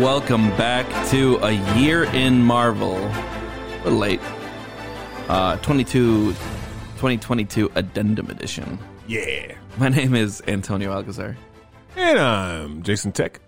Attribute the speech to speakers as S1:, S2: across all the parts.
S1: welcome back to a year in Marvel. A little late. Uh, 22, 2022 Addendum Edition.
S2: Yeah.
S1: My name is Antonio Alcazar,
S2: And I'm Jason Tech.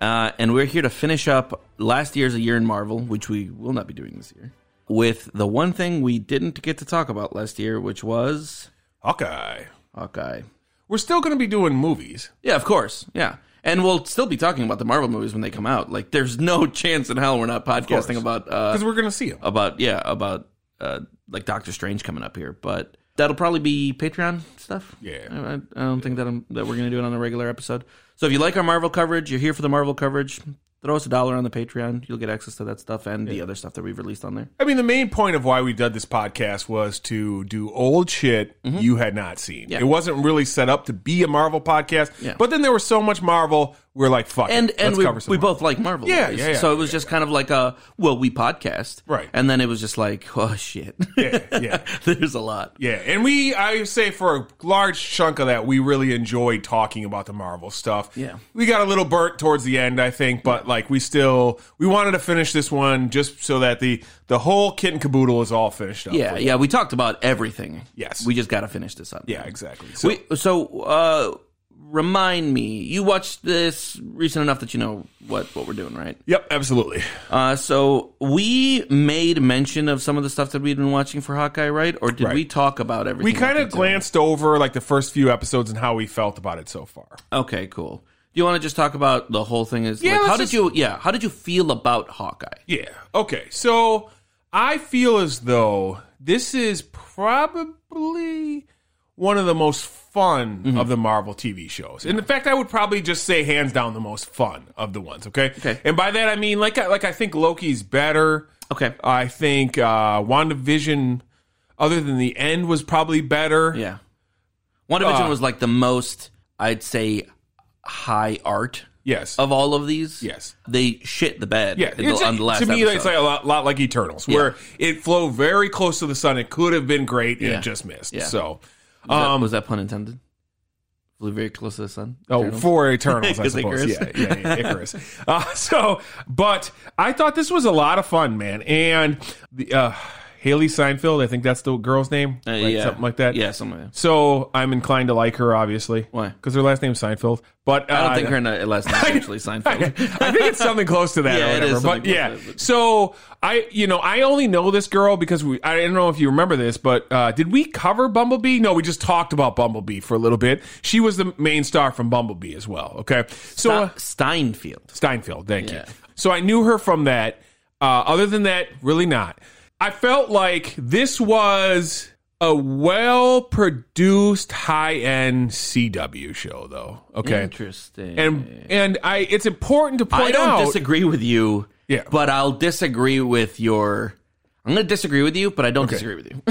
S1: uh, and we're here to finish up last year's A Year in Marvel, which we will not be doing this year, with the one thing we didn't get to talk about last year, which was
S2: Hawkeye.
S1: Hawkeye.
S2: We're still going to be doing movies.
S1: Yeah, of course. Yeah. And we'll still be talking about the Marvel movies when they come out. Like, there's no chance in hell we're not podcasting about uh,
S2: Because we're going to see them.
S1: about yeah about uh like Doctor Strange coming up here, but that'll probably be Patreon stuff.
S2: Yeah.
S1: I, I- I don't think that I'm, that we're gonna do it on a regular episode. So if you like our Marvel coverage, you're here for the Marvel coverage. Throw us a dollar on the Patreon. You'll get access to that stuff and the other stuff that we've released on there.
S2: I mean, the main point of why we did this podcast was to do old shit
S1: Mm-hmm.
S2: you had not seen. It wasn't really set up to be a Marvel podcast,
S1: Yeah.
S2: but then there was so much Marvel, we are like, fuck. it.
S1: And and
S2: Let's
S1: we,
S2: cover some
S1: we
S2: Marvel.
S1: both like Marvel.
S2: Yeah,
S1: movies.
S2: yeah, yeah.
S1: So it was just kind of like a well, we podcast,
S2: Right.
S1: And then it was just like, oh shit,
S2: Yeah, yeah.
S1: there's a lot.
S2: Yeah, and we, I say for a large chunk of that, we really enjoyed talking about the Marvel stuff.
S1: Yeah.
S2: We got a little burnt towards the end, I think, but like we still, we wanted to finish this one just so that the, the whole kit and caboodle is all finished up.
S1: Yeah, yeah. We talked about everything.
S2: Yes.
S1: we just got to finish this up.
S2: Yeah, exactly. So,
S1: We, so, uh, remind me, you watched this recent enough that you know what, what we're doing, right?
S2: yep, absolutely.
S1: Uh, so we made mention of some of the stuff that we'd been watching for Hawkeye, right? Or did
S2: Right.
S1: we talk about everything?
S2: We kind
S1: up
S2: of
S1: until-
S2: glanced over like the first few episodes and how we felt about it so far.
S1: Okay, cool. Do you want to just talk about the whole thing? Is
S2: Yeah,
S1: like,
S2: let's
S1: how did
S2: just-
S1: you? Yeah, how did you feel about Hawkeye?
S2: Yeah. Okay. So I feel as though this is probably one of the most fun
S1: Mm-hmm.
S2: of the Marvel TV shows. And in fact, I would probably just say hands down the most fun of the ones. Okay.
S1: Okay.
S2: And by that I mean like I, like I think Loki's better.
S1: Okay,
S2: I think uh, WandaVision, other than the end, was probably better.
S1: yeah. WandaVision
S2: Uh,
S1: was like the most, I'd say, high art
S2: Yes.
S1: of all of these.
S2: Yes.
S1: they shit the bed.
S2: Yeah,
S1: in the-
S2: it's-
S1: on the last
S2: to me,
S1: episode.
S2: it's like a lot, lot like Eternals, where it flowed very close to the sun. It could have been great, and
S1: Yeah.
S2: it just missed.
S1: Yeah.
S2: So,
S1: Was, that,
S2: um,
S1: was that pun intended? Flew very close to the sun.
S2: Oh,
S1: Eternals?
S2: for Eternals, I
S1: 'Cause
S2: suppose.
S1: Icarus.
S2: Yeah, yeah, yeah, Icarus. uh, so, but I thought this was a lot of fun, man. And the uh, Haley Seinfeld, I think that's the girl's name,
S1: Uh,
S2: like,
S1: yeah.
S2: something like that.
S1: Yeah, something like that.
S2: So I'm inclined to like her, obviously.
S1: Why?
S2: Because her last name's Seinfeld. But uh,
S1: I don't think her and her last name is actually Seinfeld.
S2: I think it's something close to that.
S1: Yeah,
S2: or
S1: it
S2: whatever.
S1: is something
S2: But
S1: close
S2: yeah,
S1: to that, but-
S2: so I, you know, I only know this girl because we. I don't know if you remember this, but uh, did we cover Bumblebee? No, we just talked about Bumblebee for a little bit. She was the main star from Bumblebee as well. Okay, so uh,
S1: Steinfeld.
S2: Steinfeld, thank
S1: Yeah.
S2: you. So I knew her from that. Uh, other than that, really not. I felt like this was a well produced high end CW show, though. Okay.
S1: Interesting.
S2: And and I, it's important to
S1: I
S2: point
S1: don't
S2: out.
S1: disagree with you.
S2: Yeah.
S1: But I'll disagree with your. I'm going to disagree with you, but I don't disagree with you.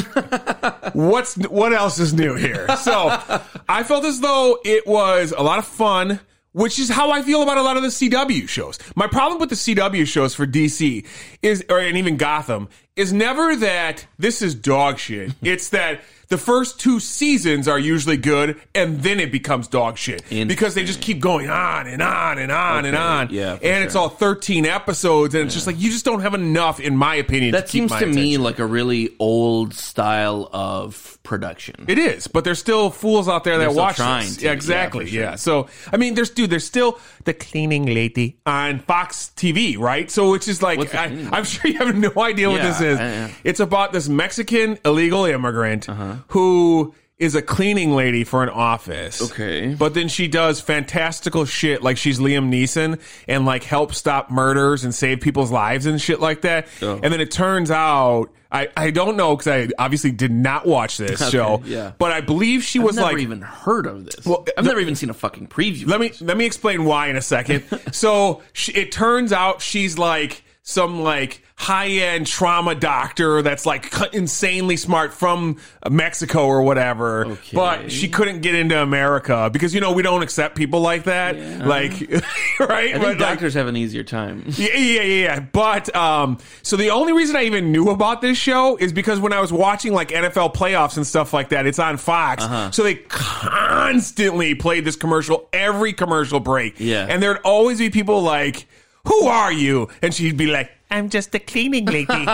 S2: what's what else is new here? So I felt as though it was a lot of fun, which is how I feel about a lot of the CW shows. My problem with the CW shows for DC is, or and even Gotham, is never that this is dog shit. it's that the first two seasons are usually good, and then it becomes dog shit because they just keep going on and on and on and on.
S1: yeah,
S2: and
S1: for
S2: it's all thirteen episodes, and it's just like you just don't have enough, in my opinion.
S1: That
S2: to keep
S1: seems
S2: my
S1: to
S2: attention.
S1: me like a really old style of production.
S2: It is, but there's still fools out there that
S1: still
S2: watch
S1: trying
S2: this.
S1: to, yeah,
S2: exactly.
S1: for
S2: Yeah,
S1: sure.
S2: So I mean, there's dude, there's still the cleaning lady on Fox TV, right? So which is like,
S1: What's the
S2: I,
S1: cleaning
S2: I'm sure you have no idea what
S1: Yeah, Uh-huh.
S2: this is.
S1: I- I-
S2: It's about this Mexican illegal immigrant who is a cleaning lady for an office.
S1: Okay.
S2: But then she does fantastical shit like she's Liam Neeson and like help stop murders and save people's lives and shit like that.
S1: Oh.
S2: And then it turns out I, I don't know because I obviously did not watch this show.
S1: yeah.
S2: But I believe she
S1: I've
S2: was
S1: never
S2: like
S1: even heard of this.
S2: Well,
S1: I've
S2: the-
S1: never even seen a fucking preview.
S2: let me let me explain why in a second. so she, it turns out she's like some like high end trauma doctor that's like cu- insanely smart from Mexico or whatever, but she couldn't get into America because you know we don't accept people like that, like
S1: I think
S2: right? But, like,
S1: doctors have an easier time.
S2: yeah, yeah, yeah, yeah. But um, so the only reason I even knew about this show is because when I was watching like NFL playoffs and stuff like that, it's on Fox.
S1: Uh-huh.
S2: So they constantly played this commercial every commercial break.
S1: Yeah.
S2: and there'd always be people like. "Who are you?" And she'd be like, "I'm just a cleaning lady."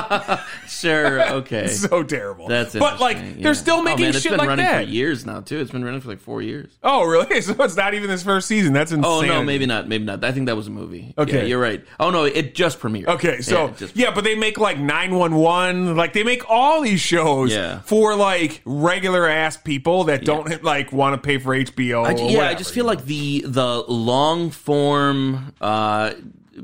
S1: Sure. Okay.
S2: so terrible.
S1: That's
S2: but like
S1: interesting, yeah.
S2: they're still
S1: Oh,
S2: making
S1: man, it's
S2: shit
S1: been
S2: like
S1: running
S2: that.
S1: for years now too. It's been running for like four years.
S2: Oh, really? So it's not even this first season. That's insane.
S1: Oh no, maybe not. Maybe not. I think that was a movie.
S2: Okay.
S1: Yeah, you're right. Oh no, it just premiered.
S2: Okay, so
S1: Yeah,
S2: yeah,
S1: it just-
S2: but they make like 911, like they make all these shows
S1: Yeah.
S2: for like regular ass people that don't like want to pay for HBO.
S1: I
S2: or
S1: ju- yeah, I
S2: whatever.
S1: just feel like the the long form. Uh,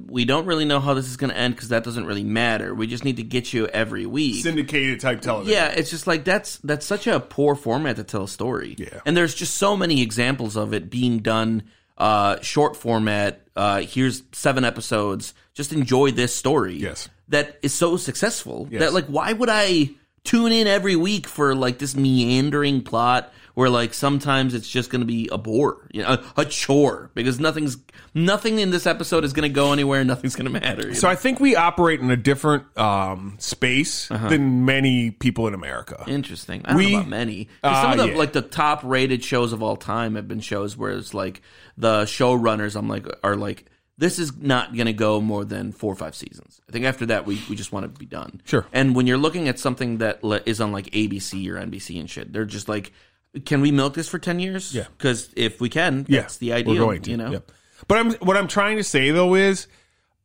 S1: we don't really know how this is going to end because that doesn't really matter. We just need to get you every week.
S2: syndicated type television.
S1: yeah, it's just like that's that's such a poor format to tell a story.
S2: Yeah.
S1: and there's just so many examples of it being done uh, short format. Uh, here's seven episodes. Just enjoy this story.
S2: Yes.
S1: that is so successful.
S2: Yes.
S1: That like, why would I tune in every week for like this meandering plot? Where like sometimes it's just going to be a bore, you know, a, a chore because nothing's nothing in this episode is going to go anywhere. Nothing's going to matter. you
S2: So
S1: know?
S2: I think we operate in a different um, space
S1: Uh-huh.
S2: than many people in America.
S1: Interesting. I don't
S2: We-
S1: know about many. 'Cause some
S2: Ah,
S1: of the
S2: yeah.
S1: like the top rated shows of all time have been shows where it's like the showrunners. I'm like are like this is not going to go more than four or five seasons. I think after that we, we just want to be done.
S2: Sure.
S1: And when you're looking at something that le- is on like ABC or NBC and shit, they're just like, can we milk this for ten years?
S2: Yeah.
S1: Because if we can,
S2: Yeah,
S1: that's the idea.
S2: We're going to,
S1: you know.
S2: Yep. But I'm what I'm trying to say though is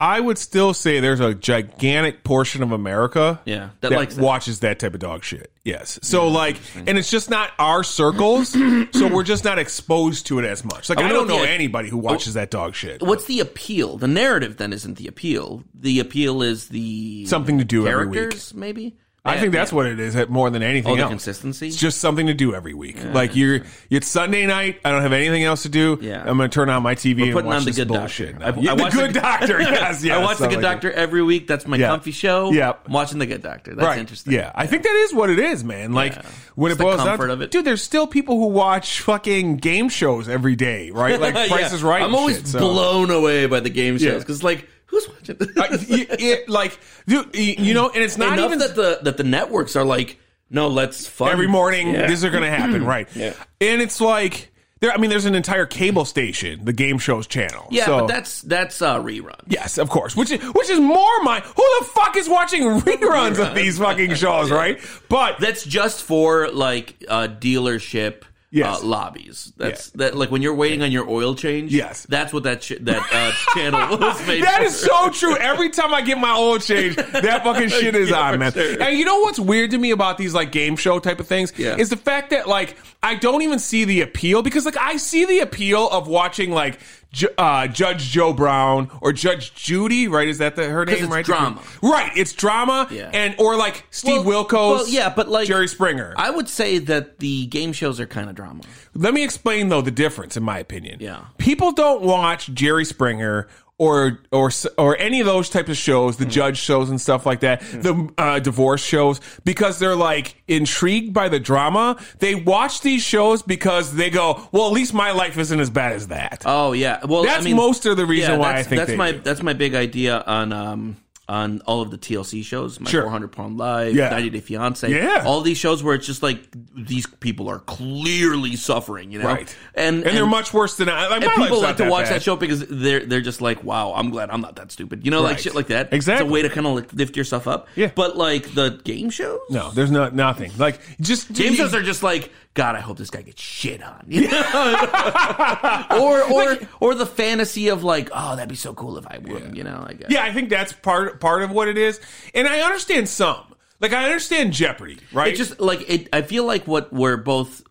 S2: I would still say there's a gigantic portion of America
S1: Yeah, that
S2: that,
S1: likes that.
S2: watches that type of dog shit. Yes. So like and it's just not our circles, so we're just not exposed to it as much. Like I,
S1: wonder
S2: don't
S1: what
S2: know
S1: the-
S2: anybody who watches that dog shit.
S1: oh, What's the appeal? The narrative then isn't the appeal. The appeal is the
S2: Something to do every week.
S1: characters, maybe.
S2: I think that's what it is uh, more than anything
S1: the
S2: else.
S1: consistency?
S2: It's just something to do every week. like you're it's Sunday night, I don't have anything else to do.
S1: Yeah.
S2: I'm going to turn on my TV and
S1: putting
S2: watch
S1: on The
S2: this
S1: Good Doctor.
S2: bullshit. now.
S1: I- I
S2: Yeah, the
S1: watch The
S2: Good
S1: Good-
S2: Doctor. Yes, yes.
S1: I watch The
S2: something
S1: Good
S2: like that.
S1: Doctor every week. That's my
S2: Yeah.
S1: comfy show.
S2: Yep.
S1: I'm watching The Good Doctor. That's interesting.
S2: Yeah, I think that is what it is, man. Like when
S1: It's the
S2: it boils down,
S1: comfort
S2: to-
S1: of it.
S2: dude. There's still people who watch fucking game shows every day, right? Like
S1: Yeah.
S2: Price is Right.
S1: I'm
S2: and
S1: always
S2: shit, so.
S1: blown away by the game
S2: Yeah.
S1: shows because, like, who's watching this?
S2: Uh, y- it- like, dude, y- you know, and it's not
S1: Enough
S2: even
S1: that the that the networks are like, no, let's fund
S2: every morning.
S1: Yeah.
S2: These are going to happen, right?
S1: Yeah.
S2: And it's like there. I mean, there's an entire cable station, the game shows channel.
S1: yeah,
S2: so.
S1: but that's that's uh, rerun.
S2: Yes, of course. Which is which is more my who the fuck is watching reruns of these fucking shows, right? But
S1: That's just for like uh, dealership.
S2: Yes.
S1: Uh, lobbies. That's that. Like when you're waiting on your oil change.
S2: Yes.
S1: that's what that sh- that uh, channel was made.
S2: That
S1: for.
S2: is so true. Every time I get my oil change, that fucking shit is
S1: Yeah,
S2: on,
S1: for
S2: man.
S1: sure.
S2: And you know what's weird to me about these like game show type of things
S1: Yeah.
S2: is the fact that like I don't even see the appeal because like I see the appeal of watching like Ju- uh, Judge Joe Brown or Judge Judy, right? Is that the, her name?
S1: it's
S2: right?
S1: drama.
S2: Right. It's drama
S1: Yeah.
S2: and or like Steve
S1: Well,
S2: Wilkos.
S1: well, yeah, but, like-
S2: Jerry Springer.
S1: I would say that the game shows are kind of drama.
S2: Let me explain though the difference, in my opinion.
S1: Yeah.
S2: people don't watch Jerry Springer or or or any of those types of shows,
S1: Mm.
S2: the judge shows and stuff like that, the uh, divorce shows, because they're like intrigued by the drama. They watch these shows because they go, well, at least my life isn't as bad as that.
S1: Oh yeah, well
S2: That's
S1: I mean,
S2: most of the reason why I
S1: that's-
S2: think
S1: that's
S2: they
S1: my
S2: do.
S1: that's my big idea on um on all of the TLC shows, my
S2: Sure.
S1: 400 Pound Life,
S2: Yeah.
S1: 90 Day Fiance,
S2: Yeah.
S1: all these shows where it's just like these people are clearly suffering, you know,
S2: Right.
S1: And
S2: and, they're much worse than I. Like,
S1: and
S2: my
S1: people
S2: life's not
S1: like to watch
S2: bad.
S1: that show because they're they're just like, wow, I'm glad I'm not that stupid, you know, like
S2: Right.
S1: shit like that.
S2: Exactly.
S1: it's a way to kind of like lift yourself up.
S2: Yeah.
S1: but like the game shows,
S2: No, there's not nothing. Like just
S1: Game shows are just like, God, I hope this guy gets shit on. You know? or or or the fantasy of like, oh, that'd be so cool if I would, you know, uh, I guess.
S2: Yeah, I think that's part part of what it is, and I understand some. Like I understand Jeopardy, right?
S1: It just like it I feel like what we're both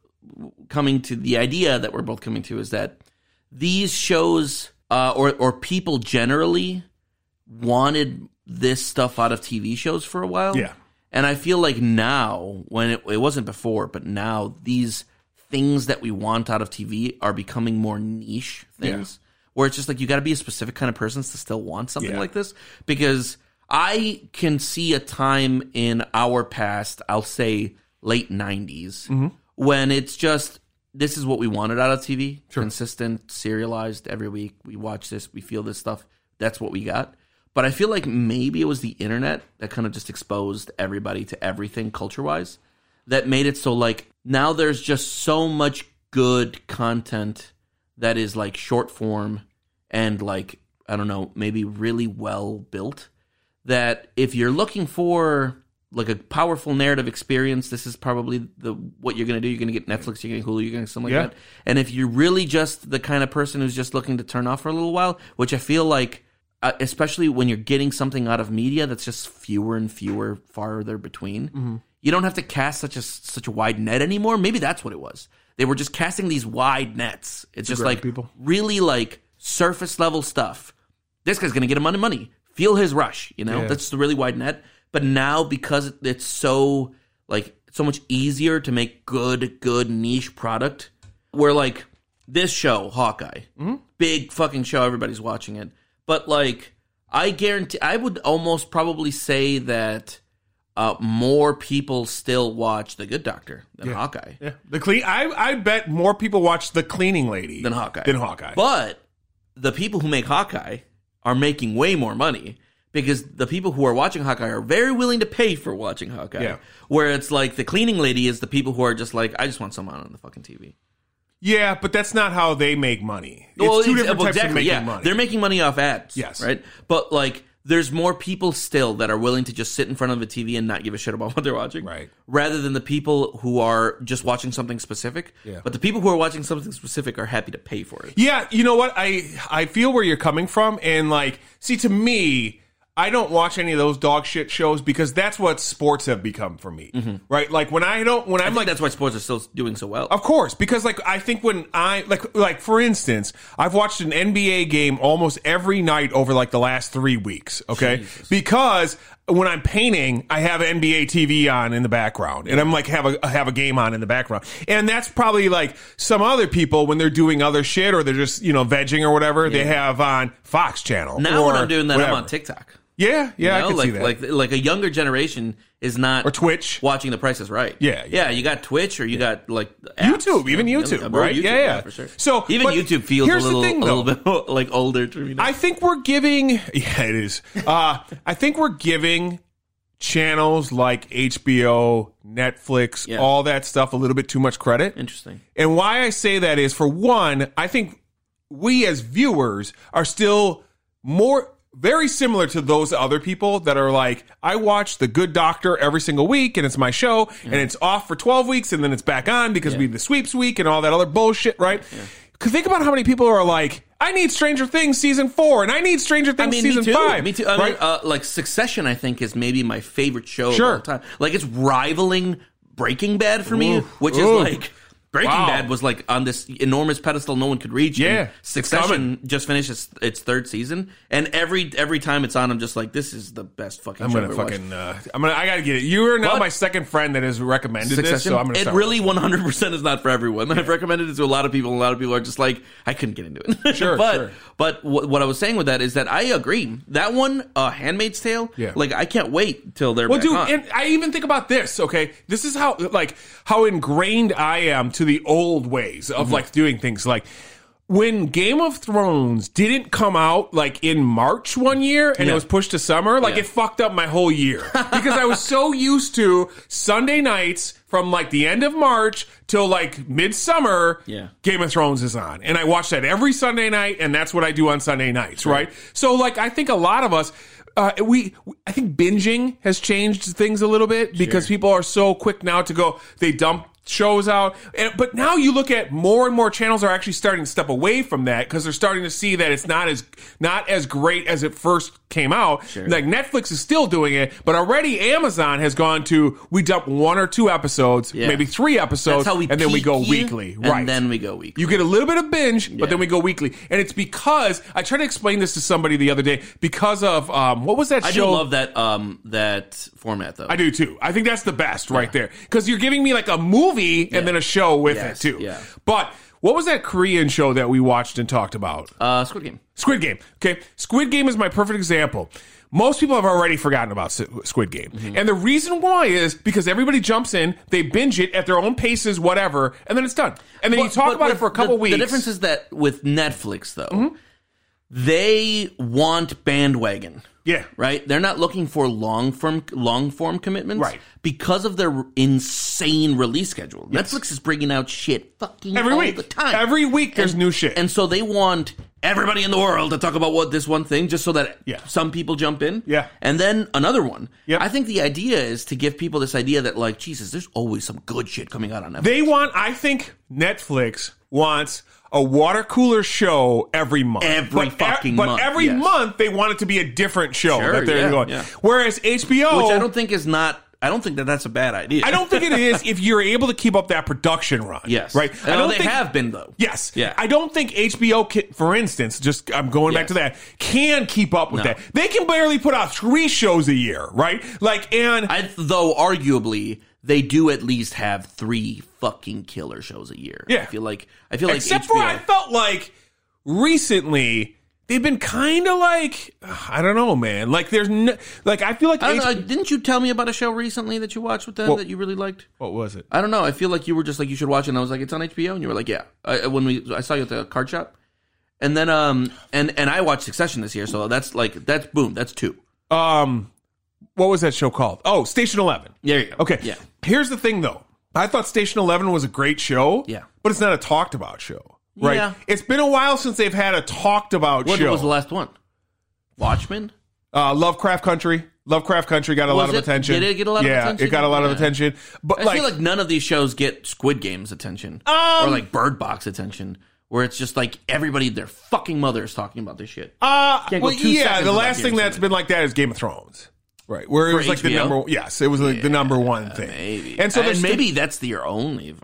S1: coming to the idea that we're both coming to is that these shows uh, or or people generally wanted this stuff out of TV shows for a while.
S2: Yeah.
S1: And I feel like now, when it, it wasn't before, but now these things that we want out of TV are becoming more niche things where it's just like you got to be a specific kind of person to still want something
S2: Yeah.
S1: like this. Because I can see a time in our past, I'll say late 90s, when it's just this is what we wanted out of TV consistent, serialized every week. We watch this, we feel this stuff. That's what we got. But I feel like maybe it was the internet that kind of just exposed everybody to everything culture wise that made it so like now there's just so much good content that is like short form and like I don't know, maybe really well built. That if you're looking for like a powerful narrative experience, this is probably the what you're going to do. You're going to get Netflix, you're going to Hulu, you're going to something like
S2: Yeah.
S1: that. And if you're really just the kind of person who's just looking to turn off for a little while, which I feel like, uh, especially when you're getting something out of media that's just fewer and fewer, farther between, you don't have to cast such a such a wide net anymore. Maybe that's what it was. They were just casting these wide nets. It's just
S2: grab
S1: like
S2: people.
S1: really like surface level stuff. This guy's gonna get him on money. Feel his rush, you know.
S2: Yeah.
S1: That's the really wide net. But now because it's so like so much easier to make good, good niche product, where like this show, Hawkeye,
S2: Mm-hmm.
S1: big fucking show, everybody's watching it. But like, I guarantee, I would almost probably say that uh, more people still watch The Good Doctor than Hawkeye.
S2: Yeah. The clean. I I bet more people watch the cleaning lady
S1: Than Hawkeye.
S2: Than Hawkeye.
S1: But the people who make Hawkeye are making way more money because the people who are watching Hawkeye are very willing to pay for watching Hawkeye.
S2: Yeah.
S1: Where it's like the cleaning lady is the people who are just like, I just want someone on the fucking TV.
S2: yeah, but that's not how they make money. It's two
S1: it's-
S2: different
S1: well,
S2: types of making money.
S1: They're making money off ads.
S2: Yes.
S1: Right? But like there's more people still that are willing to just sit in front of a TV and not give a shit about what they're watching.
S2: Right.
S1: Rather than the people who are just watching something specific.
S2: Yeah.
S1: But the people who are watching something specific are happy to pay for it.
S2: Yeah, you know what? I I feel where you're coming from, and like, see, to me, I don't watch any of those dog shit shows because that's what sports have become for me,
S1: Mm-hmm.
S2: right? Like when I don't, when I'm
S1: I'm like
S2: like,
S1: that's why sports are still doing so well.
S2: of course, because like I think when I like like for instance, I've watched an NBA game almost every night over like the last three weeks, okay? Because when I'm painting, I have NBA TV on in the background, and I'm like have a have a game on in the background, and that's probably like some other people when they're doing other shit or they're just you know vegging or whatever, they have on Fox Channel.
S1: now
S2: or
S1: when I'm doing that,
S2: whatever.
S1: I'm on TikTok.
S2: Yeah, yeah, I
S1: know?
S2: can
S1: like
S2: see that.
S1: like like a younger generation is not
S2: or Twitch.
S1: watching The Price is Right.
S2: Yeah, yeah.
S1: yeah. you got Twitch or you got like apps.
S2: YouTube, even
S1: Yeah,
S2: YouTube,
S1: well,
S2: right? yeah, yeah.
S1: for sure.
S2: So
S1: Even
S2: but
S1: YouTube feels a
S2: here's the
S1: little,
S2: thing,
S1: a
S2: though.
S1: little bit like older to me. Now.
S2: I think we're giving. Yeah, it is. Uh, I think we're giving channels like HBO, Netflix,
S1: Yeah.
S2: all that stuff a little bit too much credit.
S1: Interesting.
S2: And why I say that is for one, I think we as viewers are still more very similar to those other people that are like, I watch The Good Doctor every single week and it's my show and it's off for 12 weeks and then it's back on because we have the sweeps week and all that other bullshit, right? 'Cause Think about how many people are like, I need Stranger Things season four and I need Stranger Things
S1: I mean,
S2: season
S1: me too.
S2: five.
S1: Me too. I
S2: right?
S1: mean, uh, like Succession, I think is maybe my favorite show of
S2: Sure.
S1: all time. Like it's rivaling Breaking Bad for me, which
S2: Ooh.
S1: is like Breaking
S2: Wow.
S1: Bad was like on this enormous pedestal no one could reach. and
S2: Yeah, it's coming.
S1: Succession just finished its, its third season, and every every time it's on, I'm just like, this is the best fucking.
S2: I'm
S1: show
S2: gonna
S1: I've ever watched.
S2: fucking. Uh, I'm gonna. I gotta get it. You are now
S1: But-
S2: my second friend that has recommended this,
S1: Succession.
S2: so I'm gonna.
S1: it
S2: start
S1: really 100% is not for everyone. I've recommended it to a lot of people, and a lot of people are just like, I couldn't get into it.
S2: Sure,
S1: but
S2: sure.
S1: but wh- what I was saying with that is that I agree. That one, uh, Handmaid's Tale,
S2: Yeah.
S1: like I can't wait till they're
S2: Well,
S1: back
S2: dude,
S1: on.
S2: and I even think about this. Okay, this is how like how ingrained I am to the old ways of
S1: Mm-hmm.
S2: like doing things. Like when Game of Thrones didn't come out like in March one year and it
S1: Yeah.
S2: was pushed to summer, like
S1: Yeah.
S2: it fucked up my whole year because I was so used to Sunday nights from like the end of March till like midsummer.
S1: Yeah.
S2: Game of Thrones is on. And I watch that every Sunday night, and that's what I do on Sunday nights, right? So, like, I think a lot of us, uh, we, I think binging has changed things a little bit because people are so quick now to go, they dump shows out. And, but now you look at more and more channels are actually starting to step away from that because they're starting to see that it's not as, not as great as it first came out. Like Netflix is still doing it, but already Amazon has gone to, we dump one or two episodes,
S1: Yeah.
S2: maybe three episodes,
S1: That's how we
S2: and then we
S1: peak
S2: go
S1: here,
S2: weekly.
S1: and
S2: right.
S1: then we go weekly.
S2: You get a little bit of binge, but then
S1: Yeah.
S2: we go weekly. And it's because I tried to explain this to somebody the other day because of um, what was that
S1: I do
S2: show?
S1: love that um that format though.
S2: I do too. I think that's the best right there because you're giving me like a movie and then a show with
S1: Yes,
S2: it too.
S1: yeah.
S2: But what was that Korean show that we watched and talked about?
S1: Uh, Squid Game.
S2: Squid Game. Okay, Squid Game is my perfect example. Most people have already forgotten about S- Squid Game.
S1: Mm-hmm.
S2: And the reason why is because everybody jumps in, they binge it at their own paces, whatever, and then it's done. And then you
S1: But-
S2: talk
S1: but
S2: about it
S1: with
S2: for a couple
S1: the,
S2: weeks. Mm-hmm.
S1: The difference is that with Netflix though, they want bandwagon.
S2: yeah.
S1: right? They're not looking for long form long form commitments,
S2: Right.
S1: Because of their insane release schedule, Netflix is bringing out shit fucking
S2: every
S1: all
S2: week.
S1: the time,
S2: Every week there's new shit.
S1: and so they want everybody in the world to talk about what this one thing, just so that
S2: Yeah.
S1: some people jump in.
S2: Yeah.
S1: and then another one.
S2: Yep.
S1: I think the idea is to give people this idea that like Jesus, there's always some good shit coming out on Netflix.
S2: They want, I think Netflix wants a water cooler show every month.
S1: Every
S2: but e-,
S1: fucking
S2: But
S1: month,
S2: every
S1: yes.
S2: month they want it to be a different show
S1: Sure,
S2: that they're
S1: yeah,
S2: going.
S1: yeah.
S2: Whereas HBO,
S1: which I don't think is not. I don't think that that's a bad idea.
S2: I don't think it is if you're able to keep up that production run.
S1: Yes,
S2: Right.
S1: I
S2: I don't
S1: they
S2: think,
S1: have been though.
S2: Yes.
S1: Yeah.
S2: I don't think HBO, can, for instance, just I'm going back
S1: Yes.
S2: to that, can keep up with
S1: No.
S2: that. They can barely put out three shows a year, right? Like, and
S1: I though arguably they do at least have three fucking killer shows a year.
S2: Yeah.
S1: I feel like I feel like
S2: except
S1: HBO.
S2: for I felt like recently they've been kind of like I don't know, man. Like there's no, like I feel like
S1: I don't
S2: H-
S1: know. Didn't you tell me about a show recently that you watched with them that you really liked?
S2: what was it?
S1: I don't know. I feel like you were just like you should watch it. And I was like, it's on HBO, and you were like, yeah. I, when we I saw you at the card shop, and then um and and I watched Succession this year, so that's like that's boom, that's two.
S2: Um, what was that show called? Oh, Station Eleven.
S1: There you go.
S2: Okay.
S1: yeah.
S2: Here's the thing, though. I thought Station Eleven was a great show.
S1: Yeah.
S2: But it's not a talked about show. Right.
S1: Yeah.
S2: It's been a while since they've had a talked about
S1: What
S2: show.
S1: was the last one? Watchmen.
S2: uh, Lovecraft Country. Lovecraft Country got a lot
S1: Was
S2: of
S1: it-
S2: attention.
S1: did it get a lot of
S2: yeah,
S1: attention?
S2: it got a lot of
S1: Yeah.
S2: attention. But
S1: I feel like none of these shows get Squid Game's attention
S2: Um,
S1: or like Bird Box attention, where it's just like everybody, their fucking mother is talking about this shit.
S2: Uh,
S1: Can't go
S2: well,
S1: two
S2: yeah,
S1: seconds
S2: the
S1: without
S2: last
S1: hearing
S2: thing that's
S1: something.
S2: been like that is Game of Thrones, right? Where it was like the
S1: HBO?
S2: number yes, it was like the number one thing.
S1: maybe,
S2: And so
S1: And
S2: there's
S1: maybe that's the only.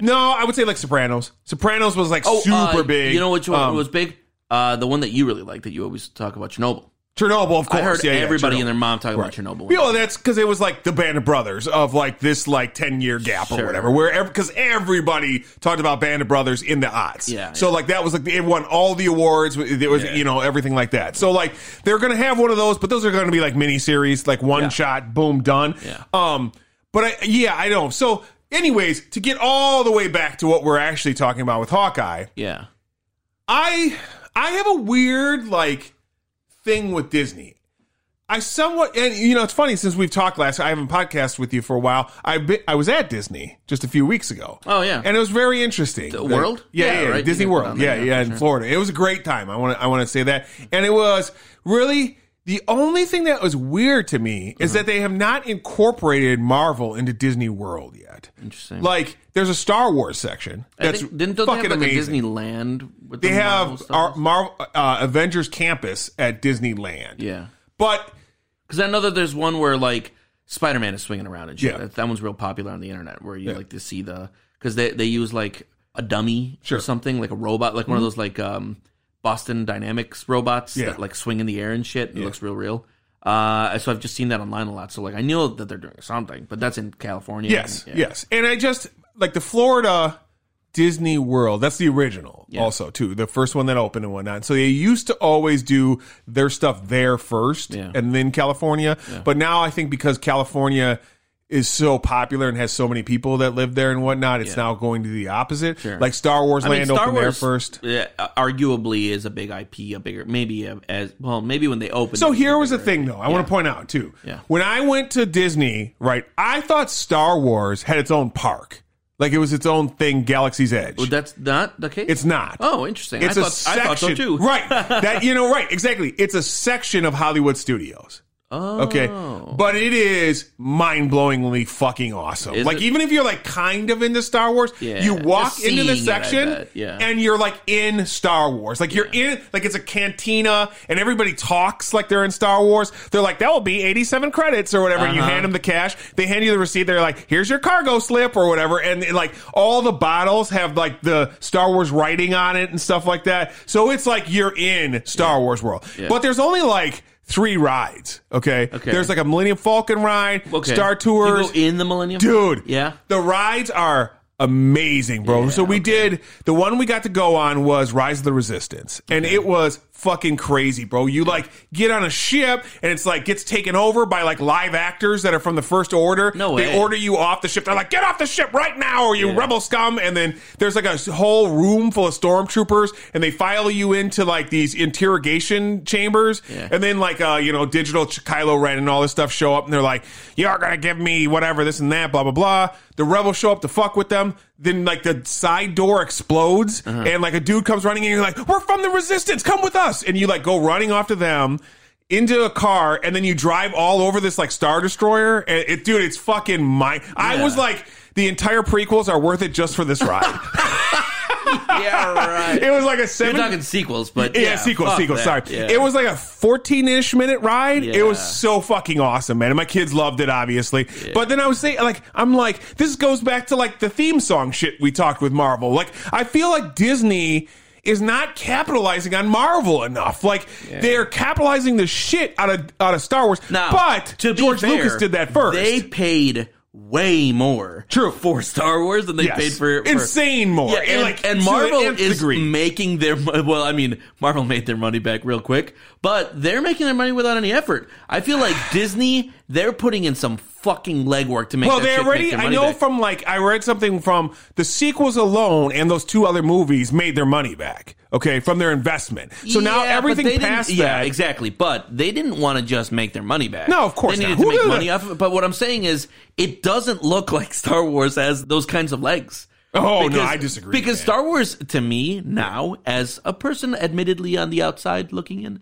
S2: no, I would say like Sopranos. Sopranos was like super
S1: uh,
S2: big.
S1: You know which one
S2: Um,
S1: was big? Uh, the one that you really like that you always talk about, Chernobyl.
S2: Chernobyl, of course.
S1: I heard
S2: yeah, yeah,
S1: everybody
S2: Chernobyl.
S1: and their mom talking about Chernobyl.
S2: You know, that's because it was like the Band of Brothers of like this like ten year gap or
S1: Sure.
S2: whatever. Where because everybody talked about Band of Brothers in the odds.
S1: Yeah,
S2: So
S1: yeah.
S2: like that was like it won all the awards. It was you know everything like that. So like they're gonna have one of those, but those are gonna be like mini series, like one shot, boom, done.
S1: Yeah.
S2: Um. But I yeah I know. So anyways, to get all the way back to what we're actually talking about with Hawkeye,
S1: yeah,
S2: I I have a weird like thing with Disney. I somewhat and you know it's funny since we've talked last. I haven't podcast with you for a while. I been, I was at Disney just a few weeks ago.
S1: Oh, yeah.
S2: and it was very interesting. The
S1: World?
S2: yeah, yeah,
S1: Yeah, right.
S2: Disney
S1: You can put
S2: World,
S1: on
S2: yeah,
S1: there,
S2: yeah,
S1: yeah,
S2: in Florida. It was a great time. I want to I want to say that, and it was really. The only thing that was weird to me
S1: Mm-hmm.
S2: is that they have not incorporated Marvel into Disney World yet.
S1: interesting.
S2: Like, there's a Star Wars section
S1: I
S2: that's
S1: think, didn't don't they
S2: fucking
S1: have like
S2: amazing.
S1: a Disneyland? With
S2: They
S1: the Marvel
S2: have
S1: stuff?
S2: our Marvel uh, Avengers Campus at Disneyland.
S1: yeah,
S2: But
S1: because I know that there's one where like Spider Man is swinging around and shit.
S2: Yeah.
S1: That, that one's real popular on the internet where you like to see the because they they use like a dummy
S2: Sure. Mm-hmm.
S1: or something like a robot, like one of those like um Boston Dynamics robots
S2: Yeah.
S1: that like swing in the air and shit. And It looks real real. Uh, so I've just seen that online a lot. So like I know that they're doing something, but that's in California.
S2: yes,
S1: Yeah.
S2: yes. And I just like the Florida Disney World, that's the original also too, the first one that opened and whatnot. So they used to always do their stuff there first
S1: Yeah.
S2: and then California. But now I think because California is so popular and has so many people that live there and whatnot, it's now going to the opposite. Like Star Wars
S1: I mean,
S2: Land
S1: Star
S2: opened there
S1: Wars,
S2: first.
S1: Yeah, arguably is a big IP, a bigger maybe a, as well. Maybe when they open.
S2: So here was the thing, though. I want to point out too.
S1: Yeah.
S2: When I went to Disney, right, I thought Star Wars had its own park, like it was its own thing, Galaxy's Edge.
S1: that's not the case.
S2: it's not.
S1: oh, interesting.
S2: it's
S1: I,
S2: a
S1: thought,
S2: section,
S1: I thought so too.
S2: right? That you know, right? Exactly. It's a section of Hollywood Studios.
S1: Oh,
S2: Okay, but it is mind-blowingly fucking awesome. like
S1: it?
S2: even if you're like kind of into Star Wars,
S1: Yeah,
S2: you walk
S1: just
S2: into the
S1: seeing it, I
S2: section
S1: bet, yeah.
S2: and you're like in Star Wars. Like you're in like it's a cantina and everybody talks like they're in Star Wars. They're like that will be 87 credits or whatever.
S1: Uh-huh.
S2: And you hand them the cash. They hand you the receipt. They're like, "Here's your cargo slip" or whatever. And like all the bottles have like the Star Wars writing on it and stuff like that. So it's like you're in Star Wars world. But there's only like three rides, okay?
S1: Okay.
S2: There's like a Millennium Falcon ride,
S1: okay.
S2: Star
S1: You
S2: Tours.
S1: go in the Millennium,
S2: Dude.
S1: Yeah,
S2: The rides are amazing, bro. so we did the one we got to go on was Rise of the Resistance, and it was fucking crazy, bro. You like get on a ship, and it's like gets taken over by like live actors that are from the First Order.
S1: No
S2: they
S1: way.
S2: order you off the ship. They're like, get off the ship right now, or you rebel scum. And then there's like a s- whole room full of stormtroopers, and they file you into like these interrogation chambers,
S1: Yeah.
S2: and then like uh you know digital Ch- Kylo Ren and all this stuff show up, and they're like, you're gonna give me whatever this and that, blah blah blah. The rebels show up to fuck with them. then like the side door explodes and like a dude comes running and you're like, we're from the resistance, come with us. And you like go running off to them into a car and then you drive all over this like Star Destroyer. And it, dude, it's fucking my, I was like, the entire prequels are worth it just for this ride.
S1: yeah, right.
S2: it was like a
S1: We're
S2: seven.
S1: talking sequels, but
S2: Yeah,
S1: yeah,
S2: sequel,
S1: fuck
S2: sequel.
S1: that.
S2: Sorry,
S1: Yeah.
S2: it was like a fourteen-ish minute ride. It was
S1: Yeah.
S2: so fucking awesome, man. And my kids loved it, obviously. But then I was saying, like, I'm like, this goes back to like the theme song shit we talked with Marvel. Like, I feel like Disney is not capitalizing on Marvel enough. Like, they're capitalizing the shit out of out of Star Wars.
S1: Now,
S2: but
S1: to be
S2: George
S1: fair,
S2: Lucas did that first.
S1: They paid way more
S2: True.
S1: for Star Wars than they
S2: Yes.
S1: paid for, for
S2: insane more.
S1: Yeah, and,
S2: like,
S1: and
S2: to the
S1: Marvel
S2: nth
S1: is
S2: degree.
S1: making their mo- well. I mean, Marvel made their money back real quick, but they're making their money without any effort. I feel like Disney, they're putting in some fucking legwork to make.
S2: Well,
S1: that
S2: they
S1: shit make
S2: already.
S1: their
S2: I
S1: money
S2: know
S1: back.
S2: from like I read something from the sequels alone, and those two other movies made their money back. Okay, from their investment. So now
S1: Yeah, but
S2: everything
S1: they didn't-
S2: past that.
S1: Yeah, exactly. But they didn't want to just make their money back.
S2: No, of course
S1: they
S2: not.
S1: needed
S2: Who
S1: to
S2: does
S1: make money
S2: that?
S1: off of it. But what I'm saying is, it doesn't look like Star Wars has those kinds of legs.
S2: Oh no, I disagree.
S1: Because
S2: man.
S1: Star Wars, to me now, as a person admittedly on the outside looking in,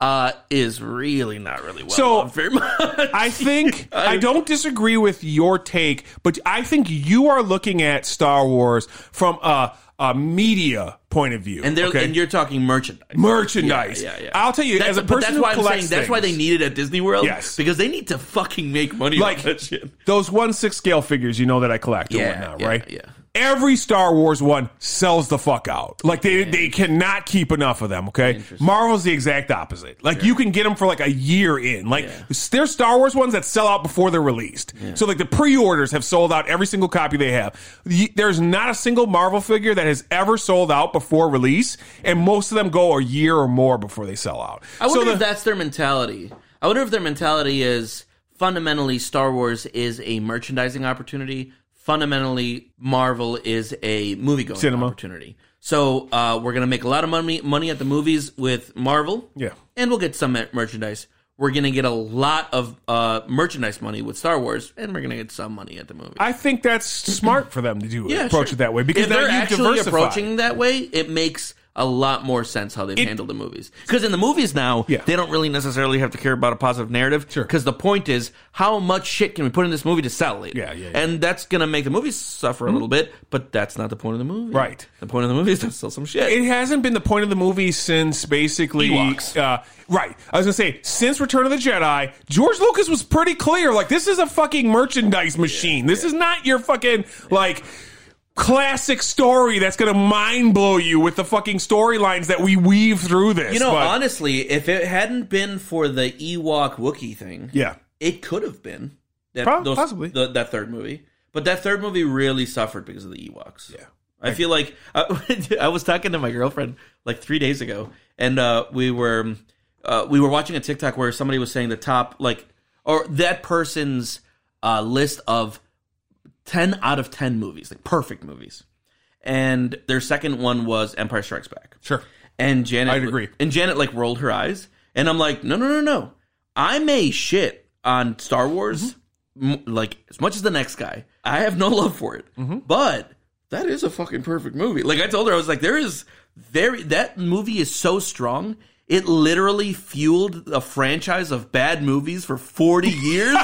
S1: uh, is really not really well
S2: So,
S1: loved very much.
S2: I think I don't disagree with your take, but I think you are looking at Star Wars from a, a media point of view.
S1: and they're
S2: okay?
S1: and you're talking merchandise.
S2: merchandise.
S1: Yeah, yeah, yeah.
S2: I'll tell you,
S1: That's,
S2: as a
S1: but
S2: person
S1: that's
S2: who
S1: why I'm saying
S2: collects
S1: that's why
S2: things-
S1: they need it at Disney World.
S2: Yes.
S1: because they need to fucking make money.
S2: like
S1: off that shit.
S2: those one six scale figures you know that I collect or
S1: Yeah,
S2: whatnot,
S1: yeah,
S2: right?
S1: yeah.
S2: Every Star Wars one sells the fuck out. Like they they cannot keep enough of them. Okay, Marvel's the exact opposite. Like you can get them for like a year in. Like there's Star Wars ones that sell out before they're released. So like the pre-orders have sold out every single copy they have. Y- There's not a single Marvel figure that has ever sold out before release, and most of them go a year or more before they sell out.
S1: I wonder
S2: so
S1: if that's their mentality. I wonder if their mentality is fundamentally Star Wars is a merchandising opportunity. Fundamentally, Marvel is a movie going
S2: Cinema.
S1: opportunity. So uh, we're gonna make a lot of money money at the movies with Marvel.
S2: Yeah.
S1: and we'll get some mer- merchandise. We're gonna get a lot of uh, merchandise money with Star Wars, and we're gonna get some money at the movies.
S2: I think that's smart for them to do
S1: Yeah,
S2: approach
S1: sure.
S2: it that way because
S1: if they're
S2: now you
S1: actually
S2: diversify.
S1: approaching that way, it makes a lot more sense how they've handled the movies. Because in the movies now,
S2: Yeah.
S1: they don't really necessarily have to care about a positive narrative.
S2: Sure.
S1: Because the point is, how much shit can we put in this movie to sell it?
S2: Yeah, yeah, yeah.
S1: And that's gonna make the movies suffer a little bit, but that's not the point of the movie.
S2: Right.
S1: The point of the movie is to sell some shit.
S2: It hasn't been the point of the movie since basically.
S1: Ewoks.
S2: Uh, right. I was going to say, since Return of the Jedi, George Lucas was pretty clear. Like, this is a fucking merchandise machine. this is not your fucking, like, classic story that's going to mind blow you with the fucking storylines that we weave through this.
S1: you know,
S2: But-
S1: honestly, if it hadn't been for the Ewok Wookiee thing,
S2: yeah.
S1: it could have been that
S2: Prob- possibly.
S1: the- that third movie, but that third movie really suffered because of the Ewoks.
S2: Yeah.
S1: I feel like I, I was talking to my girlfriend like three days ago, and uh, we were uh, we were watching a TikTok where somebody was saying the top like or that person's uh, list of ten out of ten movies, like perfect movies, and their second one was Empire Strikes Back.
S2: Sure.
S1: And Janet,
S2: I'd agree.
S1: And Janet like rolled her eyes, and I'm like, no, no, no, no. I may shit on Star Wars,
S2: Mm-hmm.
S1: m- like as much as the next guy. I have no love for it,
S2: Mm-hmm.
S1: but that is a fucking perfect movie. Like I told her, I was like, there is very that movie is so strong. It literally fueled a franchise of bad movies for 40 years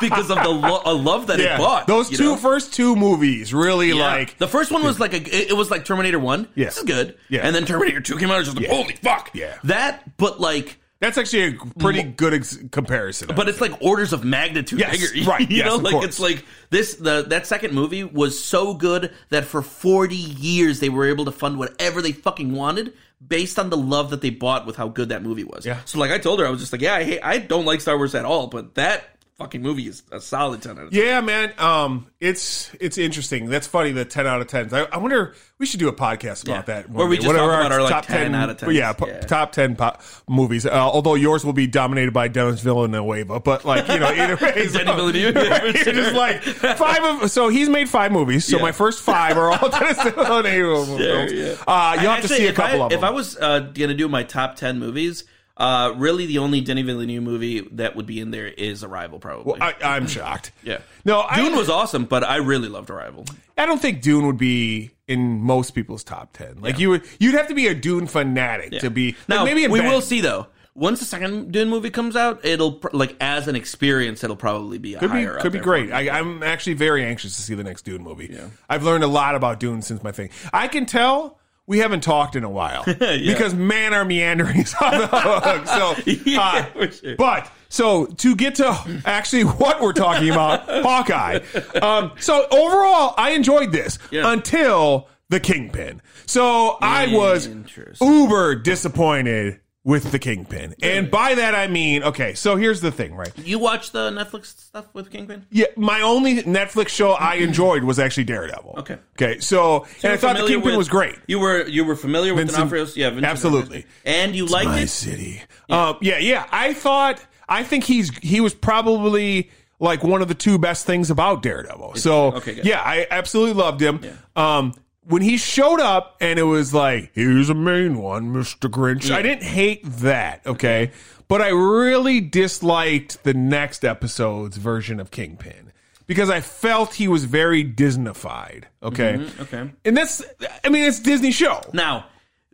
S1: because of the lo- a love that
S2: Yeah.
S1: it bought.
S2: Those
S1: you
S2: two
S1: know?
S2: first two movies really,
S1: Yeah.
S2: like.
S1: the first one was like a it- it was like Terminator One.
S2: Yeah.
S1: This is good.
S2: Yeah.
S1: And then Terminator Two came out. It's just like holy fuck.
S2: Yeah.
S1: That, but like,
S2: that's actually a pretty good ex- comparison.
S1: but it's like orders of magnitude
S2: Yes,
S1: bigger.
S2: right,
S1: You
S2: yes,
S1: know,
S2: of
S1: like
S2: course.
S1: it's like this. The that second movie was so good that for forty years they were able to fund whatever they fucking wanted based on the love that they bought with how good that movie was.
S2: Yeah.
S1: So like I told her, I was just like, yeah, I hate, I don't like Star Wars at all, but that fucking movie is a solid ten out of ten.
S2: Yeah, man. Um, it's it's interesting. That's funny. The ten out of tens. I, I wonder. We should do a podcast about
S1: Yeah.
S2: that. one
S1: Where we
S2: day.
S1: just talk about our, like, 10 out of 10s.
S2: Yeah, po-
S1: Yeah.
S2: top ten po- movies. Uh, although yours will be dominated by Dennis Villanueva, but like you know, either way,
S1: Denny Villanueva.
S2: just like five of. So he's made five movies. So
S1: Yeah.
S2: my first five are all Dennis Villanueva films.
S1: yeah.
S2: Uh, you'll have to
S1: Actually,
S2: see a
S1: if I-
S2: couple of them.
S1: If I was uh, gonna do my top ten movies, Uh, really, the only Denny Villeneuve movie that would be in there is Arrival, probably.
S2: I, I'm shocked.
S1: yeah.
S2: No,
S1: Dune
S2: I,
S1: was awesome, but I really loved Arrival.
S2: I don't think Dune would be in most people's top ten. Like you would, you'd have to be a Dune fanatic to be.
S1: Now
S2: like maybe in
S1: we
S2: Bad-
S1: will see though. Once the second Dune movie comes out, it'll pr- like as an experience, it'll probably be
S2: Could be,
S1: higher. up
S2: could be
S1: there.
S2: great. I, I'm actually very anxious to see the next Dune movie. I've learned a lot about Dune since my thing. I can tell we haven't talked in a while because man, our meandering is on the hook. So,
S1: Yeah,
S2: uh,
S1: for sure.
S2: but so to get to actually what we're talking about, Hawkeye. Um, so overall, I enjoyed this
S1: Yeah.
S2: until the Kingpin. So I was
S1: Interesting.
S2: uber disappointed with the Kingpin, and by that I mean, okay. So here's the thing, right?
S1: You watch the Netflix stuff with Kingpin?
S2: Yeah, my only Netflix show I enjoyed was actually Daredevil.
S1: Okay.
S2: Okay. So, and I
S1: You're
S2: thought the
S1: familiar
S2: Kingpin
S1: with-
S2: was great.
S1: You were you were familiar with
S2: Vincent-
S1: D'Onofrio's, yeah, Vincent
S2: absolutely.
S1: D'Onofrio. and you liked
S2: My
S1: it.
S2: city. Yeah. Um, yeah, yeah. I thought. I think he's he was probably like one of the two best things about Daredevil. So
S1: okay, good.
S2: yeah, I absolutely loved him. Um, when he showed up and it was like, here's a main one, Mister Grinch. I didn't hate that. Okay. But I really disliked the next episode's version of Kingpin because I felt he was very Disneyfied. Okay.
S1: Mm-hmm, Okay.
S2: And that's, I mean, it's a Disney show.
S1: Now,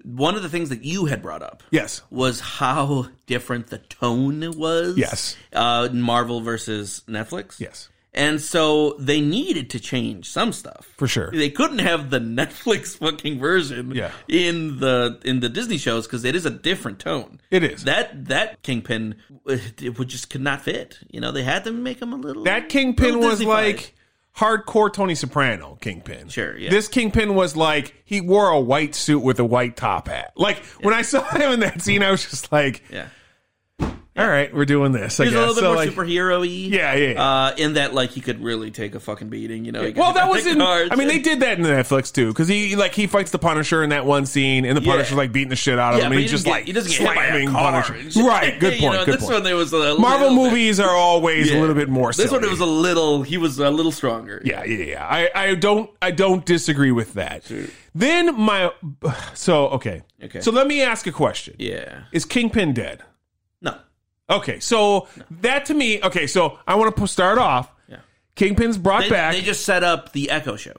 S1: one of the things that you had brought up
S2: Yes.
S1: was how different the tone was.
S2: Yes.
S1: Uh, Marvel versus Netflix.
S2: Yes.
S1: And so they needed to change some stuff
S2: For sure.
S1: They couldn't have the Netflix fucking version
S2: Yeah.
S1: in the in the Disney shows because it is a different tone.
S2: It is.
S1: that that Kingpin uh, it would just could not fit. You know they had to make him a little.
S2: That Kingpin
S1: little
S2: was
S1: Disney-fied.
S2: like hardcore Tony Soprano Kingpin.
S1: Sure, yeah.
S2: This Kingpin was like he wore a white suit with a white top hat. Like when I saw him in that scene, I was just like,
S1: yeah.
S2: "All right, we're doing this." I
S1: He was a
S2: guess.
S1: little bit
S2: So,
S1: more
S2: like-
S1: superhero-y.
S2: Yeah, yeah, yeah.
S1: Uh, in that, like, he could really take a fucking beating, you know. he could
S2: well,
S1: hit
S2: that
S1: the
S2: was in.
S1: guards
S2: I mean, they
S1: and-
S2: did that in Netflix too, because he like he fights the Punisher in that one scene, and the
S1: Yeah.
S2: Punisher's like beating the shit out of
S1: Yeah,
S2: him,
S1: but
S2: and
S1: he
S2: he's
S1: doesn't
S2: just
S1: get-
S2: like
S1: he doesn't get hit by a
S2: slamming
S1: car
S2: Punisher.
S1: and shit.
S2: Right, good
S1: You
S2: point.
S1: know,
S2: good
S1: this
S2: point.
S1: one there was a
S2: Marvel
S1: little bit-
S2: movies are always a
S1: Yeah.
S2: little bit more.
S1: This one
S2: silly.
S1: it was a little. He was a little stronger.
S2: Yeah, yeah, yeah. I, I don't I don't disagree with that. Then my so okay.
S1: Okay.
S2: So let me ask a question.
S1: Yeah.
S2: Is Kingpin dead?
S1: No.
S2: Okay, so that to me, okay, so I want to start off.
S1: Yeah.
S2: Kingpin's brought
S1: They,
S2: back.
S1: they just set up the Echo Show.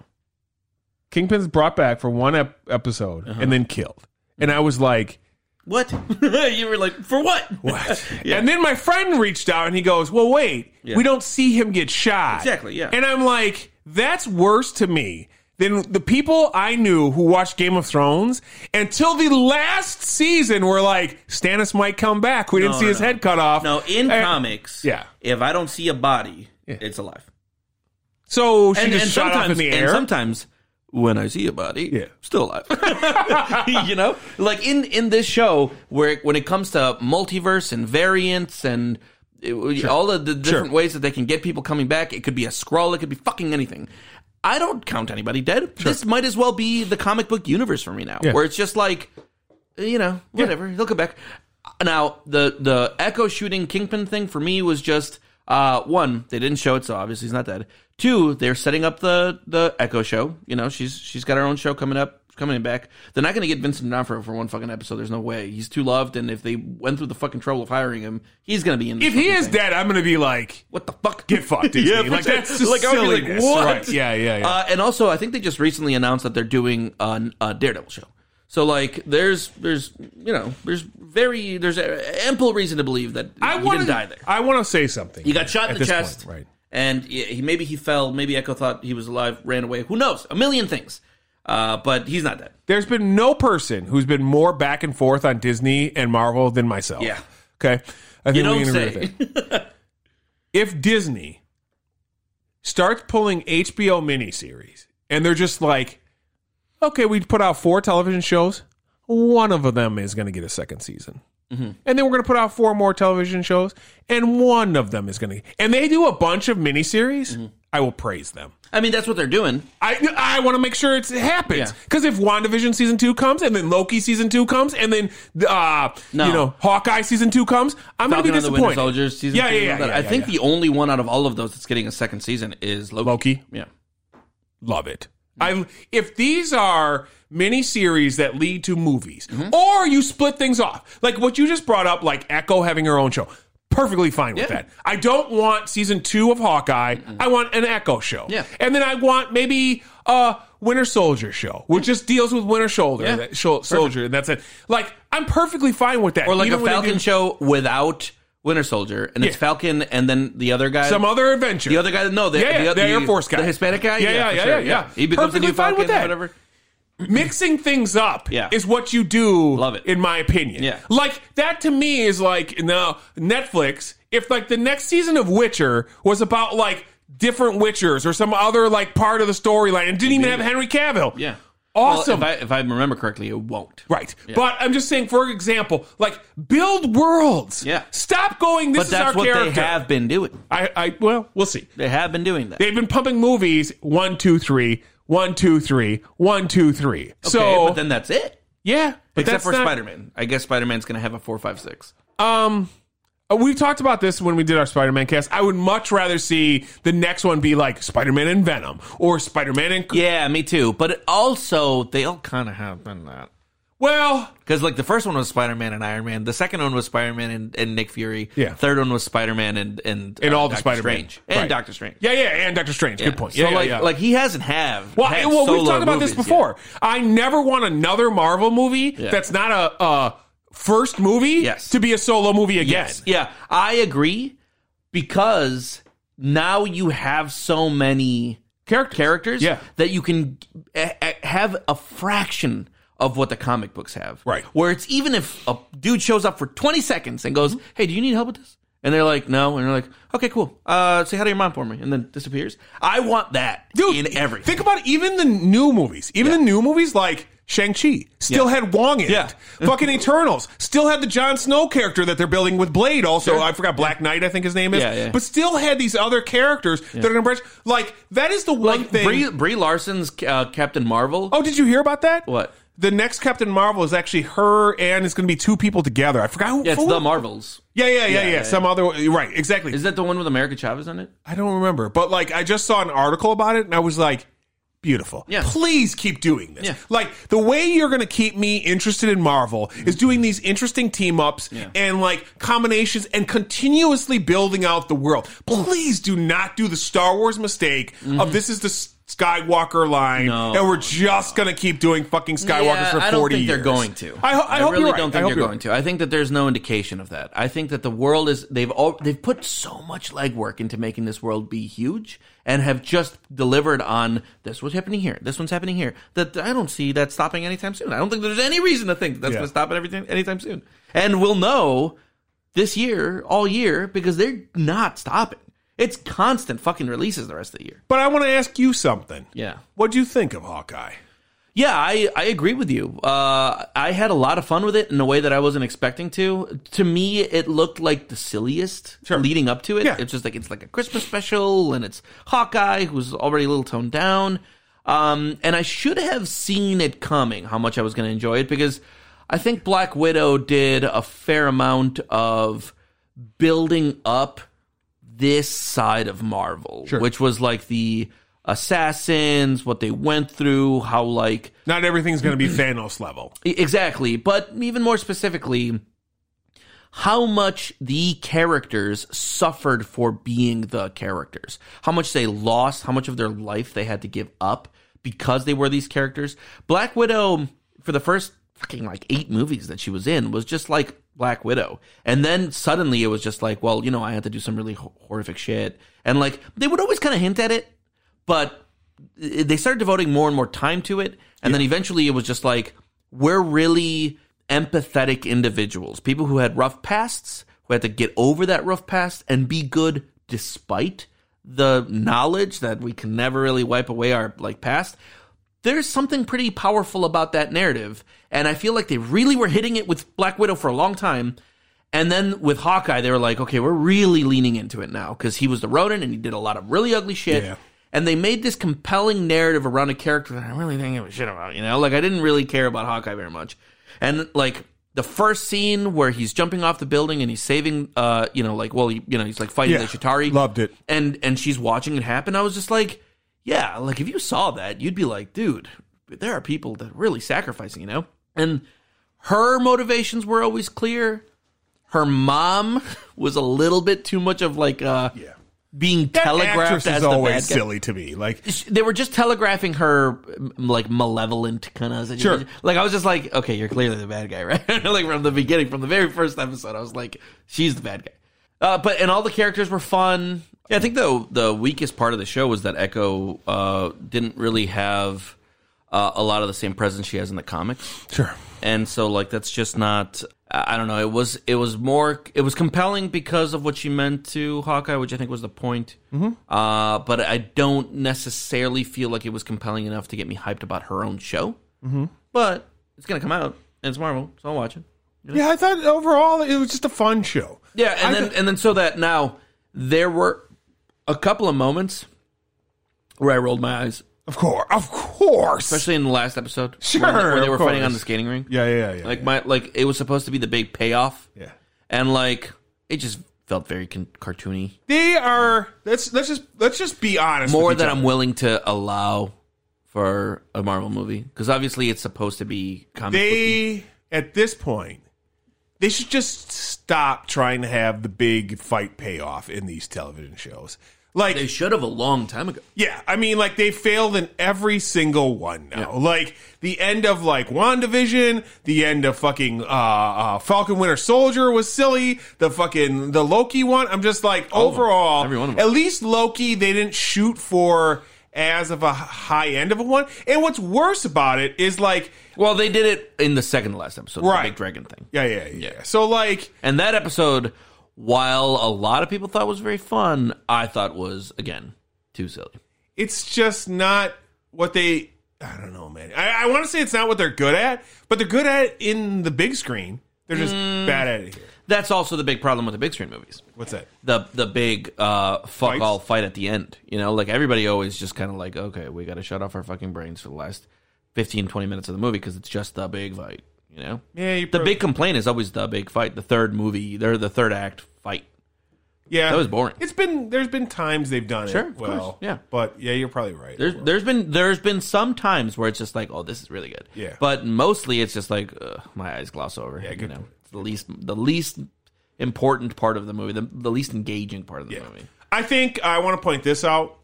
S2: Kingpin's brought back for one ep- episode
S1: Uh-huh.
S2: and then killed. And I was like,
S1: What? you were like, for what?
S2: what?
S1: Yeah.
S2: And then my friend reached out and he goes, "Well, wait,
S1: Yeah.
S2: we don't see him get shot."
S1: Exactly, yeah.
S2: And I'm like, that's worse to me than the people I knew who watched Game of Thrones until the last season were like, "Stannis might come back. We didn't
S1: No,
S2: see
S1: no,
S2: his
S1: no.
S2: head cut off."
S1: No, in
S2: And-
S1: comics,
S2: yeah.
S1: if I don't see a body, it's alive.
S2: So Oh, she
S1: And,
S2: just
S1: and
S2: shot off in
S1: sometimes,
S2: the
S1: and
S2: air.
S1: sometimes when I see a body,
S2: Yeah.
S1: still alive. you know, like in in this show where when it comes to multiverse and variants and it- all of the different ways that they can get people coming back, it could be a scroll, it could be fucking anything. I don't count anybody dead. This might as well be the comic book universe for me now,
S2: Yeah.
S1: where it's just like, you know, whatever. He'll come back. Now the the echo shooting kingpin thing for me was just uh, one they didn't show it, so obviously he's not dead. Two, they're setting up the the echo show. You know, she's she's got her own show coming up, coming back. They're not going to get Vincent D'Onofrio for one fucking episode. There's no way. He's too loved, and if they went through the fucking trouble of hiring him, he's going to be in. This
S2: if he
S1: fucking
S2: is
S1: thing.
S2: dead, I'm going to be like,
S1: what the fuck?
S2: "Get fucked, Disney."
S1: Yeah, for
S2: like
S1: sure.
S2: that's just
S1: Like, I would be like,
S2: silliness,
S1: what?
S2: right? Yeah, yeah, yeah.
S1: Uh, and also, I think they just recently announced that they're doing a, a Daredevil show. So like, there's there's you know there's very there's ample reason to believe that
S2: I
S1: he
S2: want
S1: didn't die there.
S2: I want to say something.
S1: He got shot in
S2: at
S1: the
S2: this point,
S1: chest,
S2: right?
S1: And yeah, he maybe he fell. Maybe Echo thought he was alive, ran away. Who knows? A million things. Uh, but he's not dead.
S2: There's been no person who's been more back and forth on Disney and Marvel than myself.
S1: Yeah.
S2: Okay. I think
S1: You don't
S2: can agree
S1: say.
S2: with that. if Disney starts pulling HBO miniseries and they're just like, okay, we put out four television shows, one of them is going to get a second season.
S1: Mm-hmm.
S2: And then we're going to put out four more television shows, and one of them is going to. And they do a bunch of miniseries.
S1: Mm-hmm.
S2: I will praise them.
S1: I mean, that's what they're doing.
S2: I, I want to make sure it's, it happens
S1: Yeah.
S2: because if WandaVision season two comes and then Loki season two comes and then uh
S1: No.
S2: you know Hawkeye season two comes, I'm going to be
S1: Falcon and the Winter
S2: disappointed.
S1: Soldier season.
S2: yeah,
S1: two,
S2: yeah, yeah,
S1: but
S2: yeah,
S1: I
S2: yeah,
S1: think
S2: yeah.
S1: the only one out of all of those that's getting a second season is Loki.
S2: Loki,
S1: Yeah.
S2: love it. I if these are mini series that lead to movies,
S1: Mm-hmm.
S2: or you split things off, like what you just brought up, like Echo having her own show. Perfectly fine with
S1: Yeah.
S2: that. I don't want season two of Hawkeye. I want an Echo show.
S1: Yeah.
S2: And then I want maybe a Winter Soldier show, which just deals with Winter Soldier,
S1: Yeah.
S2: that sho- Soldier, and that's it. Like, I'm perfectly fine with that.
S1: Or like
S2: Even
S1: a
S2: when they
S1: Falcon
S2: do
S1: show without Winter Soldier, and it's
S2: Yeah.
S1: Falcon, and then the other guy,
S2: Some other adventure.
S1: the other guy, no, the,
S2: Yeah, yeah,
S1: the,
S2: the Air Force guy.
S1: the Hispanic guy,
S2: Yeah, yeah,
S1: for
S2: yeah, yeah, yeah.
S1: He becomes
S2: Perfectly
S1: a new
S2: fine
S1: Falcon,
S2: with that.
S1: or whatever.
S2: mixing things up
S1: Yeah.
S2: is what you do
S1: Love it.
S2: in my opinion
S1: Yeah.
S2: like that to me is like now netflix if like the next season of witcher was about like different witchers or some other like part of the storyline and didn't even have henry cavill
S1: Yeah,
S2: Awesome.
S1: Well, if, I, if I remember correctly, it won't.
S2: Right. But I'm just saying, for example, like build worlds.
S1: Yeah.
S2: Stop going, this
S1: But
S2: is our
S1: that's what
S2: character.
S1: they have been doing.
S2: I, I, well, we'll see.
S1: They have been doing that.
S2: They've been pumping movies one, two, three, one, two, three, one, two, three. so,
S1: okay, but then that's it.
S2: yeah. but
S1: Except
S2: that's
S1: for
S2: not-
S1: Spider Man. I guess Spider Man's going to have a four, five, six.
S2: Um, uh, we've talked about this when we did our Spider-Man cast. I would much rather see the next one be like Spider-Man and Venom or Spider-Man and
S1: Yeah, me too. But it also, they all kind of have been that.
S2: well,
S1: Because, like, the first one was Spider Man and Iron Man. The second one was Spider Man and, and Nick Fury.
S2: Yeah.
S1: Third one was Spider Man and, and, uh,
S2: And all the
S1: Doctor
S2: Spider-Man.
S1: Strange. And
S2: Right.
S1: Doctor Strange.
S2: yeah, yeah, and Doctor Strange. Good point. Yeah,
S1: so,
S2: yeah,
S1: like,
S2: yeah.
S1: like, he hasn't have.
S2: well,
S1: had
S2: I- well we've
S1: solo
S2: talked about this
S1: movies
S2: before. I never want another Marvel movie
S1: Yeah.
S2: that's not a, a first movie
S1: Yes.
S2: to be a solo movie again.
S1: yet. Yeah, I agree. Because now you have so many
S2: Characters.
S1: characters
S2: Yeah.
S1: that you can a- a- have a fraction of what the comic books have.
S2: Right.
S1: Where it's even if a dude shows up for 20 seconds and
S2: Mm-hmm.
S1: goes, hey, do you need help with this? And they're like, no. And they're like, okay, cool. Uh, say hi to your mom for me. And then disappears. I want that
S2: Dude,
S1: in everything.
S2: Think about even the new movies. Even the new movies like Shang-Chi still had Wong in
S1: Yeah.
S2: it. Fucking Eternals still had the Jon Snow character that they're building with Blade also. I forgot Black Knight, I think his name is.
S1: Yeah, yeah.
S2: But still had these other characters that are going to branch. Like, that is the one
S1: like
S2: thing.
S1: Brie, Brie Larson's uh, Captain Marvel.
S2: oh, did you hear about that?
S1: What?
S2: The next Captain Marvel is actually her and it's going to be two people together. I forgot who.
S1: Yeah, it's
S2: who-
S1: The Marvels.
S2: yeah, yeah, yeah, yeah,
S1: yeah.
S2: Some other. Right, exactly.
S1: Is that the one with America Chavez in it?
S2: I don't remember, but like I just saw an article about it and I was like, beautiful.
S1: Yeah.
S2: Please keep doing this.
S1: Yeah.
S2: Like the way you're going to keep me interested in Marvel
S1: Mm-hmm.
S2: is doing these interesting team ups and like combinations and continuously building out the world. Please do not do the Star Wars mistake of this is the S- Skywalker line
S1: Mm-hmm. No.
S2: and we're just going to keep doing fucking Skywalkers
S1: Yeah,
S2: for 40
S1: I don't think
S2: years.
S1: they're going to.
S2: I, ho- I hope
S1: really
S2: you're right.
S1: don't
S2: I
S1: think
S2: hope
S1: they're
S2: you're
S1: going to. I think that there's no indication of that. I think that the world is they've all they've put so much legwork into making this world be huge and have just delivered on this was happening here, this one's happening here. That I don't see that stopping anytime soon. I don't think there's any reason to think that that's
S2: Yeah.
S1: going to stop at everything anytime soon. And we'll know this year, all year, because they're not stopping. It's constant fucking releases the rest of the year.
S2: But I want to ask you something.
S1: Yeah.
S2: What do you think of Hawkeye?
S1: Yeah, I, I agree with you. Uh, I had a lot of fun with it in a way that I wasn't expecting to. To me, it looked like the silliest leading up to it.
S2: Yeah.
S1: It's just like it's like a Christmas special, and it's Hawkeye who's already a little toned down. Um, and I should have seen it coming. How much I was going to enjoy it because I think Black Widow did a fair amount of building up this side of Marvel, which was like the assassins, what they went through, how like
S2: Not everything's going to be Thanos level.
S1: e- exactly, but even more specifically, how much the characters suffered for being the characters, how much they lost, how much of their life they had to give up because they were these characters. Black Widow, for the first fucking like eight movies that she was in, was just like Black Widow. And then suddenly it was just like, well, you know, I had to do some really ho- horrific shit. And like, they would always kind of hint at it, but they started devoting more and more time to it and then eventually it was just like we're really empathetic individuals people who had rough pasts who had to get over that rough past and be good despite the knowledge that we can never really wipe away our like past there's something pretty powerful about that narrative and i feel like they really were hitting it with black widow for a long time and then with hawkeye they were like okay we're really leaning into it now because he was the rodent and he did a lot of really ugly shit
S2: Yeah.
S1: and they made this compelling narrative around a character that I really didn't give a shit about, you know? Like, I didn't really care about Hawkeye very much. And, like, the first scene where he's jumping off the building and he's saving, uh, you know, like, well, you know, he's like fighting
S2: Yeah.
S1: the Chitari.
S2: Loved it.
S1: And, and she's watching it happen. I was just like, yeah, like if you saw that, you'd be like, dude, there are people that are really sacrificing, you know? And her motivations were always clear. Her mom was a little bit too much of like uh
S2: Yeah.
S1: being
S2: Actress
S1: telegraphed as
S2: is
S1: the
S2: always
S1: bad guy.
S2: silly to me. Like
S1: They were just telegraphing her m- like malevolent kind of
S2: Sure.
S1: Like I was just like, okay, you're clearly the bad guy, right? like from the beginning, from the very first episode, I was like, she's the bad guy. Uh, but and all the characters were fun. Yeah, I think the the weakest part of the show was that Echo uh, didn't really have uh, a lot of the same presence she has in the comics
S2: sure.
S1: and so like that's just not i I don't know it was it was more it was compelling because of what she meant to hawkeye which i think was the point mm-hmm. uh, but i don't necessarily feel like it was compelling enough to get me hyped about her own show mm-hmm. but it's gonna come out and it's marvel so i'll watch it
S2: Yeah, I thought overall it was just a fun show.
S1: yeah and
S2: I
S1: then
S2: thi-
S1: and then so that now there were a couple of moments where i rolled my eyes
S2: Of course, of course.
S1: especially in the last episode
S2: Sure,
S1: where, they- where they
S2: of
S1: were fighting on
S2: course.
S1: the skating rink
S2: yeah, yeah, yeah, yeah.
S1: like my like it was supposed to be the big payoff
S2: yeah.
S1: and like it just felt very con- cartoony
S2: They are. Let's let's just let's just be honest.
S1: more
S2: with each
S1: than
S2: other.
S1: i'm willing to allow for a marvel movie because obviously it's supposed to be comic booky.
S2: They at this point, they should just stop trying to have the big fight payoff in these television shows. Like
S1: they should have a long time ago
S2: Yeah, I mean, like they failed in every single one now. Like the end of like Wandavision, the end of fucking uh, uh, Falcon Winter Soldier was silly. The fucking the Loki one. I'm just like
S1: of them.
S2: overall,
S1: Every one of them.
S2: at least Loki they didn't shoot for as of a high end of a one. And what's worse about it is like
S1: well they did it in the second to last episode the
S2: Right.
S1: big dragon thing
S2: yeah, yeah, yeah. So like
S1: and that episode while a lot of people thought was very fun i thought was again too silly
S2: it's just not what they. I don't know, man. I, I want to say it's not what they're good at, but they're good at it in the big screen. They're just
S1: Mm.
S2: bad at it here.
S1: that's also the big problem with the big screen movies
S2: What's that?
S1: the the big uh fuck
S2: Fights?
S1: all fight at the end. You know, like everybody always just kind of like, okay, we got to shut off our fucking brains for the last 15 20 minutes of the movie cuz it's just the big fight, you know?
S2: Yeah, you
S1: The
S2: probably-
S1: big complaint is always the big fight, the third movie, they're the third act fight.
S2: Yeah,
S1: That was boring.
S2: It's been there's been times they've done
S1: Sure,
S2: it
S1: of course,
S2: well,
S1: yeah.
S2: But yeah, you're probably right.
S1: There's there's been there's been some times where it's just like, oh, this is really good.
S2: Yeah.
S1: But mostly it's just like ugh, my eyes gloss over. Yeah, you
S2: good
S1: know,
S2: point.
S1: it's the least the least important part of the movie, the, the least engaging part of the
S2: Yeah.
S1: movie.
S2: I think uh, I want to point this out.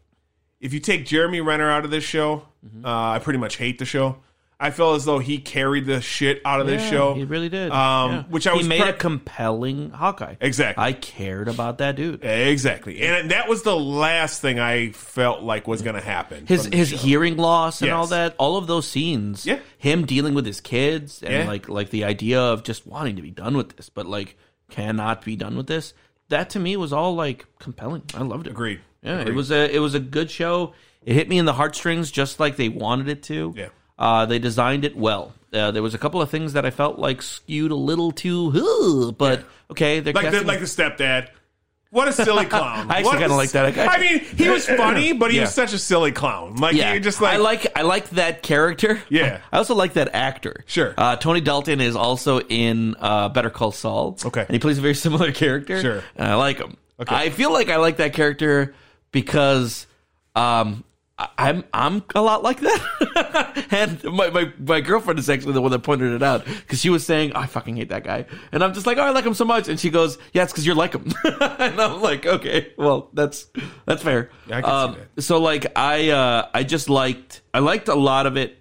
S2: If you take Jeremy Renner out of this show,
S1: Mm-hmm.
S2: uh, I pretty much hate the show. I feel as though he carried the shit out of this
S1: Yeah,
S2: show.
S1: He really did.
S2: Um, which I
S1: he
S2: was
S1: made
S2: pre-
S1: a compelling Hawkeye.
S2: Exactly.
S1: I cared about that dude.
S2: exactly, and that was the last thing I felt like was going to happen.
S1: His
S2: from the
S1: his
S2: show.
S1: hearing loss and all
S2: Yes.
S1: that, all of those scenes.
S2: Yeah.
S1: Him dealing with his kids and
S2: Yeah.
S1: like like the idea of just wanting to be done with this, but like cannot be done with this. That to me was all like compelling. I loved it.
S2: Agreed.
S1: Yeah,
S2: Agreed.
S1: it was a it was a good show. It hit me in the heartstrings just like they wanted it to.
S2: Yeah.
S1: Uh, they designed it well. Uh, there was a couple of things that I felt like skewed a little too, "Ugh," but okay, they're
S2: like the,
S1: casting-
S2: like the stepdad. What a silly clown!
S1: I actually
S2: What a
S1: kinda like that.
S2: s- I mean, he was funny, but he
S1: Yeah.
S2: was such a silly clown. Like
S1: Yeah,
S2: you're just like,
S1: I like I like that character.
S2: Yeah.
S1: I also like that actor.
S2: Sure.
S1: uh, Tony Dalton is also in uh, Better Call Saul.
S2: Okay.
S1: and he plays a very similar character.
S2: Sure.
S1: and I like him. Okay, I feel like I like that character because um, I, I'm I'm a lot like that. and my, my my girlfriend is actually the one that pointed it out because she was saying I fucking hate that guy, and I'm just like, oh, I like him so much, and she goes, yeah, it's because you're like him, and I'm like, okay, well, that's that's fair.
S2: I can see that.
S1: Um, So like I uh I just liked I liked a lot of it.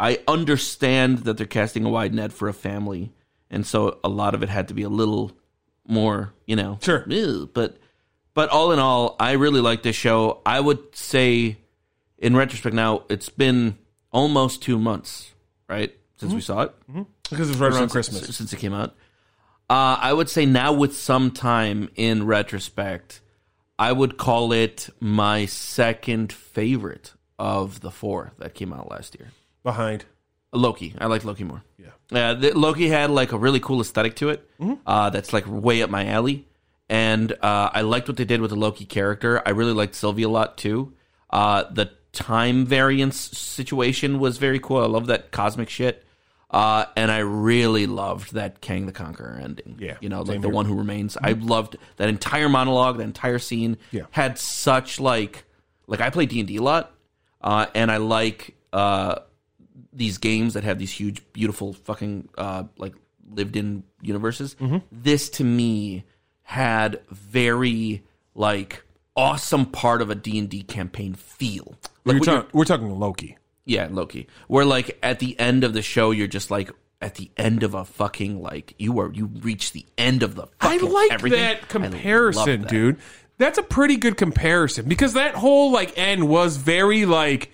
S1: I understand that they're casting a wide net for a family, and so a lot of it had to be a little more, you know.
S2: Sure.
S1: ew, But but all in all, I really like this show. I would say in retrospect now, it's been almost two months, right? Since
S2: Mm-hmm.
S1: we saw it.
S2: because it's right around
S1: Since-
S2: Christmas.
S1: Since it came out. Uh, I would say now, with some time in retrospect, I would call it my second favorite of the four that came out last year.
S2: behind.
S1: Loki. I liked Loki more.
S2: Yeah. Mm-hmm.
S1: Uh, th- Loki had like a really cool aesthetic to it. Uh, that's like way up my alley, and uh, I liked what they did with the Loki character. I really liked Sylvie a lot too. Uh, the time variance situation was very cool. I love that cosmic shit, uh, and I really loved that Kang the Conqueror ending.
S2: Yeah,
S1: you know, like
S2: same
S1: the
S2: here. Mm-hmm.
S1: one who remains. I loved that entire monologue, that entire scene.
S2: Yeah.
S1: had such like like I play D and D a lot. uh, and I like uh, these games that have these huge, beautiful, fucking uh, like lived-in universes.
S2: Mm-hmm.
S1: This to me had very like awesome part of a D&D campaign feel. Like
S2: we're,
S1: when you're-
S2: talking, we're talking Loki.
S1: yeah, Loki. Where like at the end of the show, you're just like at the end of a fucking like you are you reach the end of the.
S2: I
S1: Fucking
S2: like
S1: everything. I
S2: that
S1: love
S2: comparison,
S1: that.
S2: dude. That's a pretty good comparison because that whole like end was very like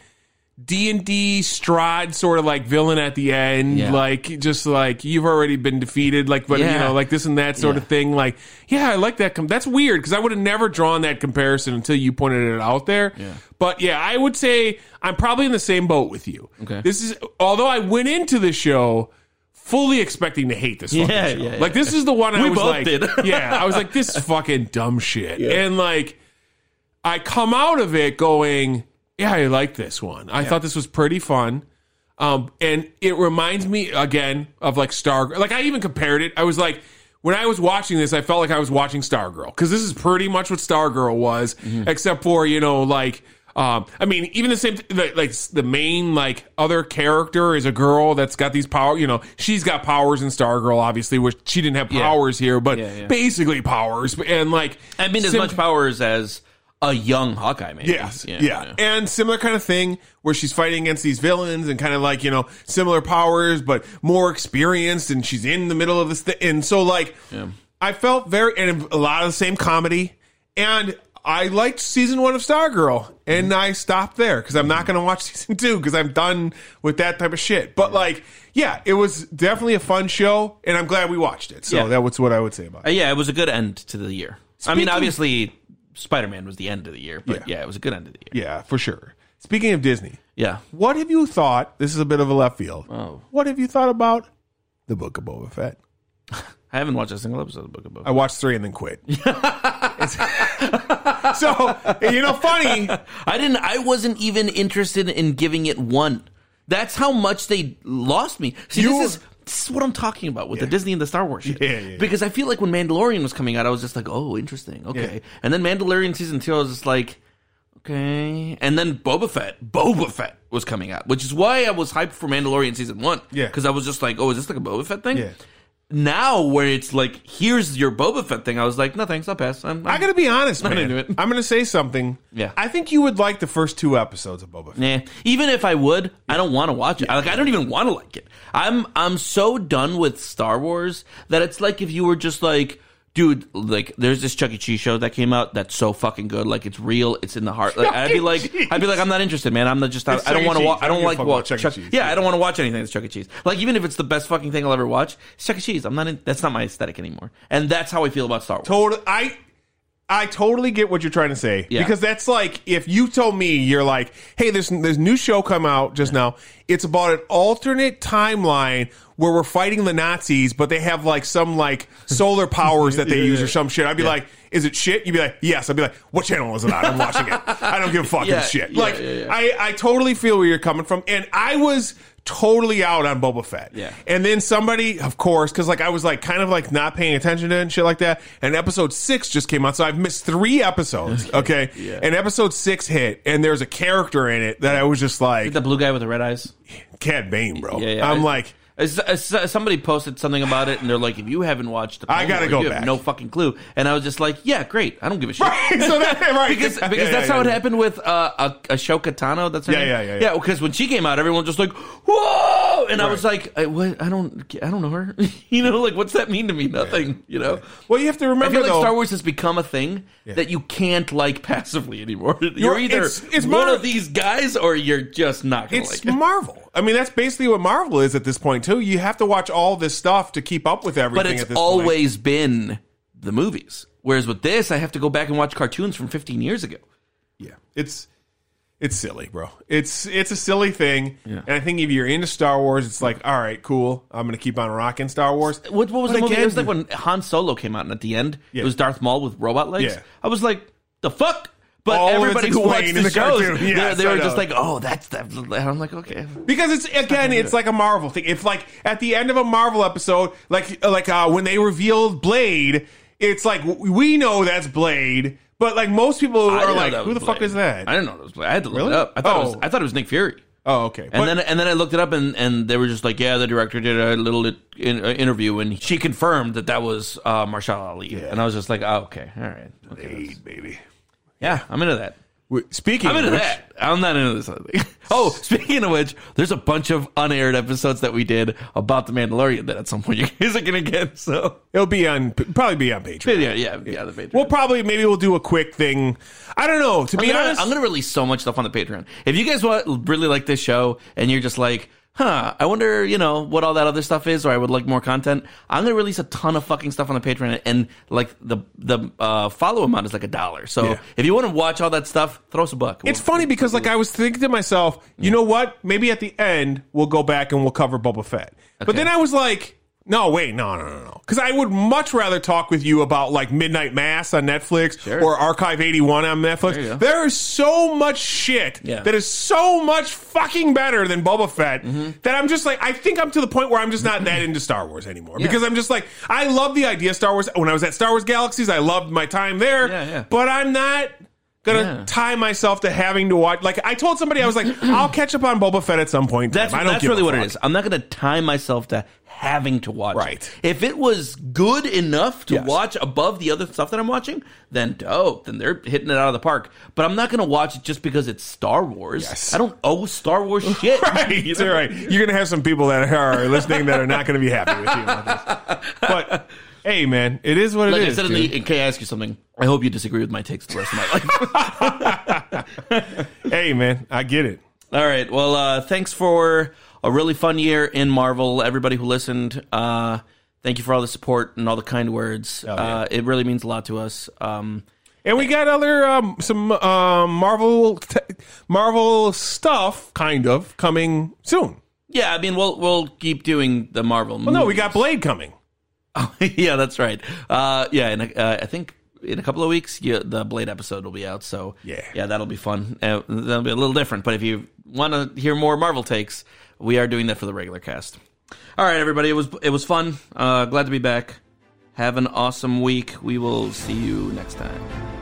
S2: D and D Strad sort of like villain at the end,
S1: Yeah.
S2: like just like you've already been defeated, like but you
S1: Yeah.
S2: know like this and that sort of
S1: Yeah.
S2: thing. Like yeah, I like that. Com- that's weird because I would have never drawn that comparison until you pointed it out there. But yeah, I would say I'm probably in the same boat with you.
S1: Okay.
S2: This is although I went into the show fully expecting to hate this fucking
S1: Yeah,
S2: show.
S1: yeah, yeah.
S2: like this is the one I
S1: We
S2: was
S1: both
S2: like,
S1: did.
S2: yeah, I was like, this is fucking dumb shit. And like, I come out of it going, yeah, I like this one. I thought this was pretty fun. Um, and it reminds me again of like Star. Like I even compared it. I was like, when I was watching this, I felt like I was watching Stargirl because this is pretty much what Stargirl was,
S1: Mm-hmm.
S2: except for you know like. Um, I mean, even the same, like, like the main, like other character is a girl that's got these power. You know, she's got powers in Stargirl, obviously, which she didn't have powers here, but
S1: Yeah, yeah.
S2: basically powers. And like,
S1: I mean, as
S2: sim-
S1: much powers as a young Hawkeye man.
S2: Yes. Yeah, And similar kind of thing where she's fighting against these villains and kind of like, you know, similar powers, but more experienced and she's in the middle of this thing. And so like, I felt very, and a lot of the same comedy. And I liked season one of Stargirl and I stopped there because I'm not going to watch season two because I'm done with that type of shit. But like, yeah, it was definitely a fun show and I'm glad we watched it. So
S1: Yeah.
S2: that was what I would say about
S1: Uh,
S2: it.
S1: yeah, it was a good end to the year. I
S2: Speaking-
S1: mean, obviously, Spider Man was the end of the year, but
S2: Yeah.
S1: yeah. it was a good end of the year.
S2: Yeah, for sure. Speaking of Disney.
S1: Yeah.
S2: What have you thought? This is a bit of a left field.
S1: Oh.
S2: What have you thought about the Book of Boba Fett?
S1: I haven't watched a single episode of Book of Boba.
S2: I watched three and then quit. It's- so you know, funny.
S1: I didn't. I wasn't even interested in giving it one. That's how much they lost me. See,
S2: You-
S1: this is this is what I'm talking about with the Disney and the Star Wars shit.
S2: Yeah, yeah.
S1: Because I feel like when Mandalorian was coming out, I was just like, oh, interesting, okay. And then Mandalorian season two, I was just like, okay. And then Boba Fett, Boba Fett was coming out, which is why I was hyped for Mandalorian season one.
S2: Yeah.
S1: Because I was just like, oh, is this like a Boba Fett thing?
S2: Yeah.
S1: Now where it's like, here's your Boba Fett thing, I was like, no thanks, I'll pass. I'm,
S2: I
S1: I'm-
S2: gotta be honest, man.
S1: into it.
S2: I'm gonna say something.
S1: Yeah.
S2: I think you would like the first two episodes of Boba Fett.
S1: Nah. Even if I would, I don't want to watch it. I- Like I don't even want to like it. I'm I'm so done with Star Wars that it's like if you were just like, dude, like there's this Chuck E. Cheese show that came out that's so fucking good. Like it's real. It's in the heart. Like
S2: Chuck
S1: I'd be
S2: E.
S1: like,
S2: Cheese.
S1: I'd be like, I'm not interested, man. I'm not just. I,
S2: It's
S1: I don't
S2: Chuck E.
S1: want to. Wa-
S2: Cheese.
S1: I don't
S2: I don't give a
S1: like
S2: fuck
S1: wa-
S2: about Chuck E.
S1: Chuck.
S2: Cheese.
S1: Yeah, I don't want to watch anything that's Chuck E. Cheese. Like even if it's the best fucking thing I'll ever watch, it's Chuck E. Cheese. I'm not. In, that's not my aesthetic anymore. And that's how I feel about Star Wars.
S2: Total, I I totally get what you're trying to say
S1: Yeah.
S2: because that's like if you told me you're like, hey, this this new show come out just now. It's about an alternate timeline where we're fighting the Nazis, but they have like some like solar powers that they use or some shit. I'd be like, is it shit? You'd be like, yes. I'd be like, what channel is it on? I'm watching it. I don't give a fuck
S1: Yeah,
S2: it's shit.
S1: yeah,
S2: like
S1: yeah, yeah.
S2: I I totally feel where you're coming from, and I was. Totally out on Boba Fett.
S1: Yeah.
S2: And then somebody, of course, because like I was like kind of like not paying attention to it and shit like that. And episode six just came out, so I've missed three episodes. Okay, and episode six hit, and there's a character in it that I was just like
S1: the blue guy with the red eyes.
S2: Cad Bane, bro.
S1: Yeah, yeah.
S2: I'm
S1: I-
S2: like,
S1: As- as- somebody posted something about it, and they're like, "If you haven't watched the,
S2: I gotta
S1: Clone Wars,
S2: go
S1: you have
S2: back."
S1: No fucking clue." And I was just like, "Yeah, great. I don't give a shit."
S2: so that right
S1: Because,
S2: Yeah,
S1: because
S2: yeah,
S1: that's
S2: yeah,
S1: how it
S2: yeah.
S1: happened with uh, Ah- Ashoka Tano. That's her
S2: Yeah,
S1: name?
S2: yeah, yeah, yeah.
S1: yeah. Because when she came out, everyone was just like, "Whoa!" And I was like, I, "What? I don't, I don't know her. you know, like, what's that mean to me? Nothing. You know."
S2: Well, you have to remember
S1: I feel like
S2: though.
S1: Star Wars has become a thing that you can't like passively anymore. You're, either
S2: it's- it's
S1: one
S2: more-
S1: of these guys, or you're just not gonna
S2: it's
S1: like it.
S2: Marvel. I mean, that's basically what Marvel is at this point too. You have to watch all this stuff to keep up with everything.
S1: but it's
S2: at this point.
S1: always been the movies. Whereas with this, I have to go back and watch cartoons from 15 years ago.
S2: Yeah, it's it's silly, bro. It's it's a silly thing, and I think if you're into Star Wars, it's like, all right, cool. I'm gonna keep on rocking Star Wars.
S1: What, what was
S2: But
S1: the movie?
S2: again-
S1: It was like when Han Solo came out, and at the end,
S2: Yeah.
S1: it was Darth Maul with robot legs.
S2: Yeah.
S1: I was like, the fuck. But
S2: All of it's
S1: everybody who watched
S2: explained in
S1: the,
S2: the
S1: shows,
S2: cartoon.
S1: they-
S2: Yes,
S1: they,
S2: I
S1: were
S2: know.
S1: just like, "Oh, that's the." And I'm like, okay.
S2: Because it's again, it's like a Marvel thing. It's like at the end of a Marvel episode, like like uh, when they revealed Blade, it's like w- we know that's Blade, But like most people
S1: I didn't
S2: are
S1: know
S2: like,
S1: that
S2: who the
S1: was
S2: fuck
S1: Blade.
S2: is that?
S1: I didn't know that was Blade. I had to look
S2: Really?
S1: it up. I thought it was,
S2: Oh.
S1: I thought it was Nick Fury.
S2: oh, okay.
S1: And
S2: But-
S1: then and then I looked it up and, and they were just like, yeah, the director did a little in, uh, interview and she confirmed that that was uh, Marshall Ali. And I was just like, oh, okay, all right, okay.
S2: Blade, baby.
S1: yeah, I'm into that.
S2: Wait, Speaking
S1: I'm
S2: of
S1: into
S2: which,
S1: that. I'm not into this other thing. Oh, speaking of which, there's a bunch of unaired episodes that we did about the Mandalorian that at some point you guys are gonna get. So
S2: it'll be on probably be on Patreon.
S1: yeah, yeah, yeah. The Patreon.
S2: We'll probably maybe we'll do a quick thing. I don't know. To
S1: I'm
S2: be
S1: gonna,
S2: honest,
S1: I'm gonna release so much stuff on the Patreon. If you guys want really like this show and you're just like, huh, I wonder, you know, what all that other stuff is, or I would like more content. I'm gonna release a ton of fucking stuff on the Patreon, and like the the uh, follow amount is like a dollar. So
S2: Yeah.
S1: if you want to watch all that stuff, throw us a buck.
S2: it's funny because like I was thinking to myself, you know what? Maybe at the end we'll go back and we'll cover Boba Fett. But
S1: Okay.
S2: then I was like, no, wait, no, no, no, no. Because I would much rather talk with you about like Midnight Mass on Netflix or Archive 81 on Netflix.
S1: There you go.
S2: there is so much shit
S1: Yeah.
S2: that is so much fucking better than Boba Fett
S1: Mm-hmm.
S2: that I'm just like, I think I'm to the point where I'm just not that into Star Wars anymore because I'm just like, I love the idea of Star Wars. When I was at Star Wars Galaxies, I loved my time there,
S1: Yeah, yeah.
S2: but I'm not gonna
S1: Yeah.
S2: tie myself to having to watch. Like I told somebody, I was like, I'll catch up on Boba Fett at some point. in
S1: That's
S2: time. I don't
S1: that's
S2: give
S1: really
S2: a
S1: what
S2: fuck.
S1: it is. I'm not going to tie myself to having to watch. it.
S2: Right.
S1: If it was good enough to
S2: Yes.
S1: watch above the other stuff that I'm watching, then dope. Then they're hitting it out of the park. But I'm not going to watch it just because it's Star Wars.
S2: Yes.
S1: I don't owe Star Wars shit.
S2: Right, you're right. You're gonna have some people that are listening that are not gonna be happy with you. About this. But hey, man, it is what
S1: Like
S2: it
S1: I
S2: is.
S1: said, in,
S2: dude.
S1: the, in, can I ask you something? I hope you disagree with my takes the rest of my life. e-
S2: hey, man, I get it.
S1: All right. Well, uh, thanks for a really fun year in Marvel. Everybody who listened, uh, thank you for all the support and all the kind words.
S2: Oh,
S1: uh, it really means a lot to us. Um,
S2: And we got other um, some um, Marvel t- Marvel stuff, kind of coming soon.
S1: Yeah, I mean, we'll we'll keep doing the Marvel. Well,
S2: No, we got Blade coming.
S1: yeah, that's right. Uh, yeah, and uh, I think in a couple of weeks, yeah, the Blade episode will be out. So
S2: Yeah.
S1: yeah, that'll be fun. Uh, that'll be a little different. But if you want to hear more Marvel takes, we are doing that for the regular cast. All right, everybody, it was it was fun. Uh, glad to be back. Have an awesome week. We will see you next time.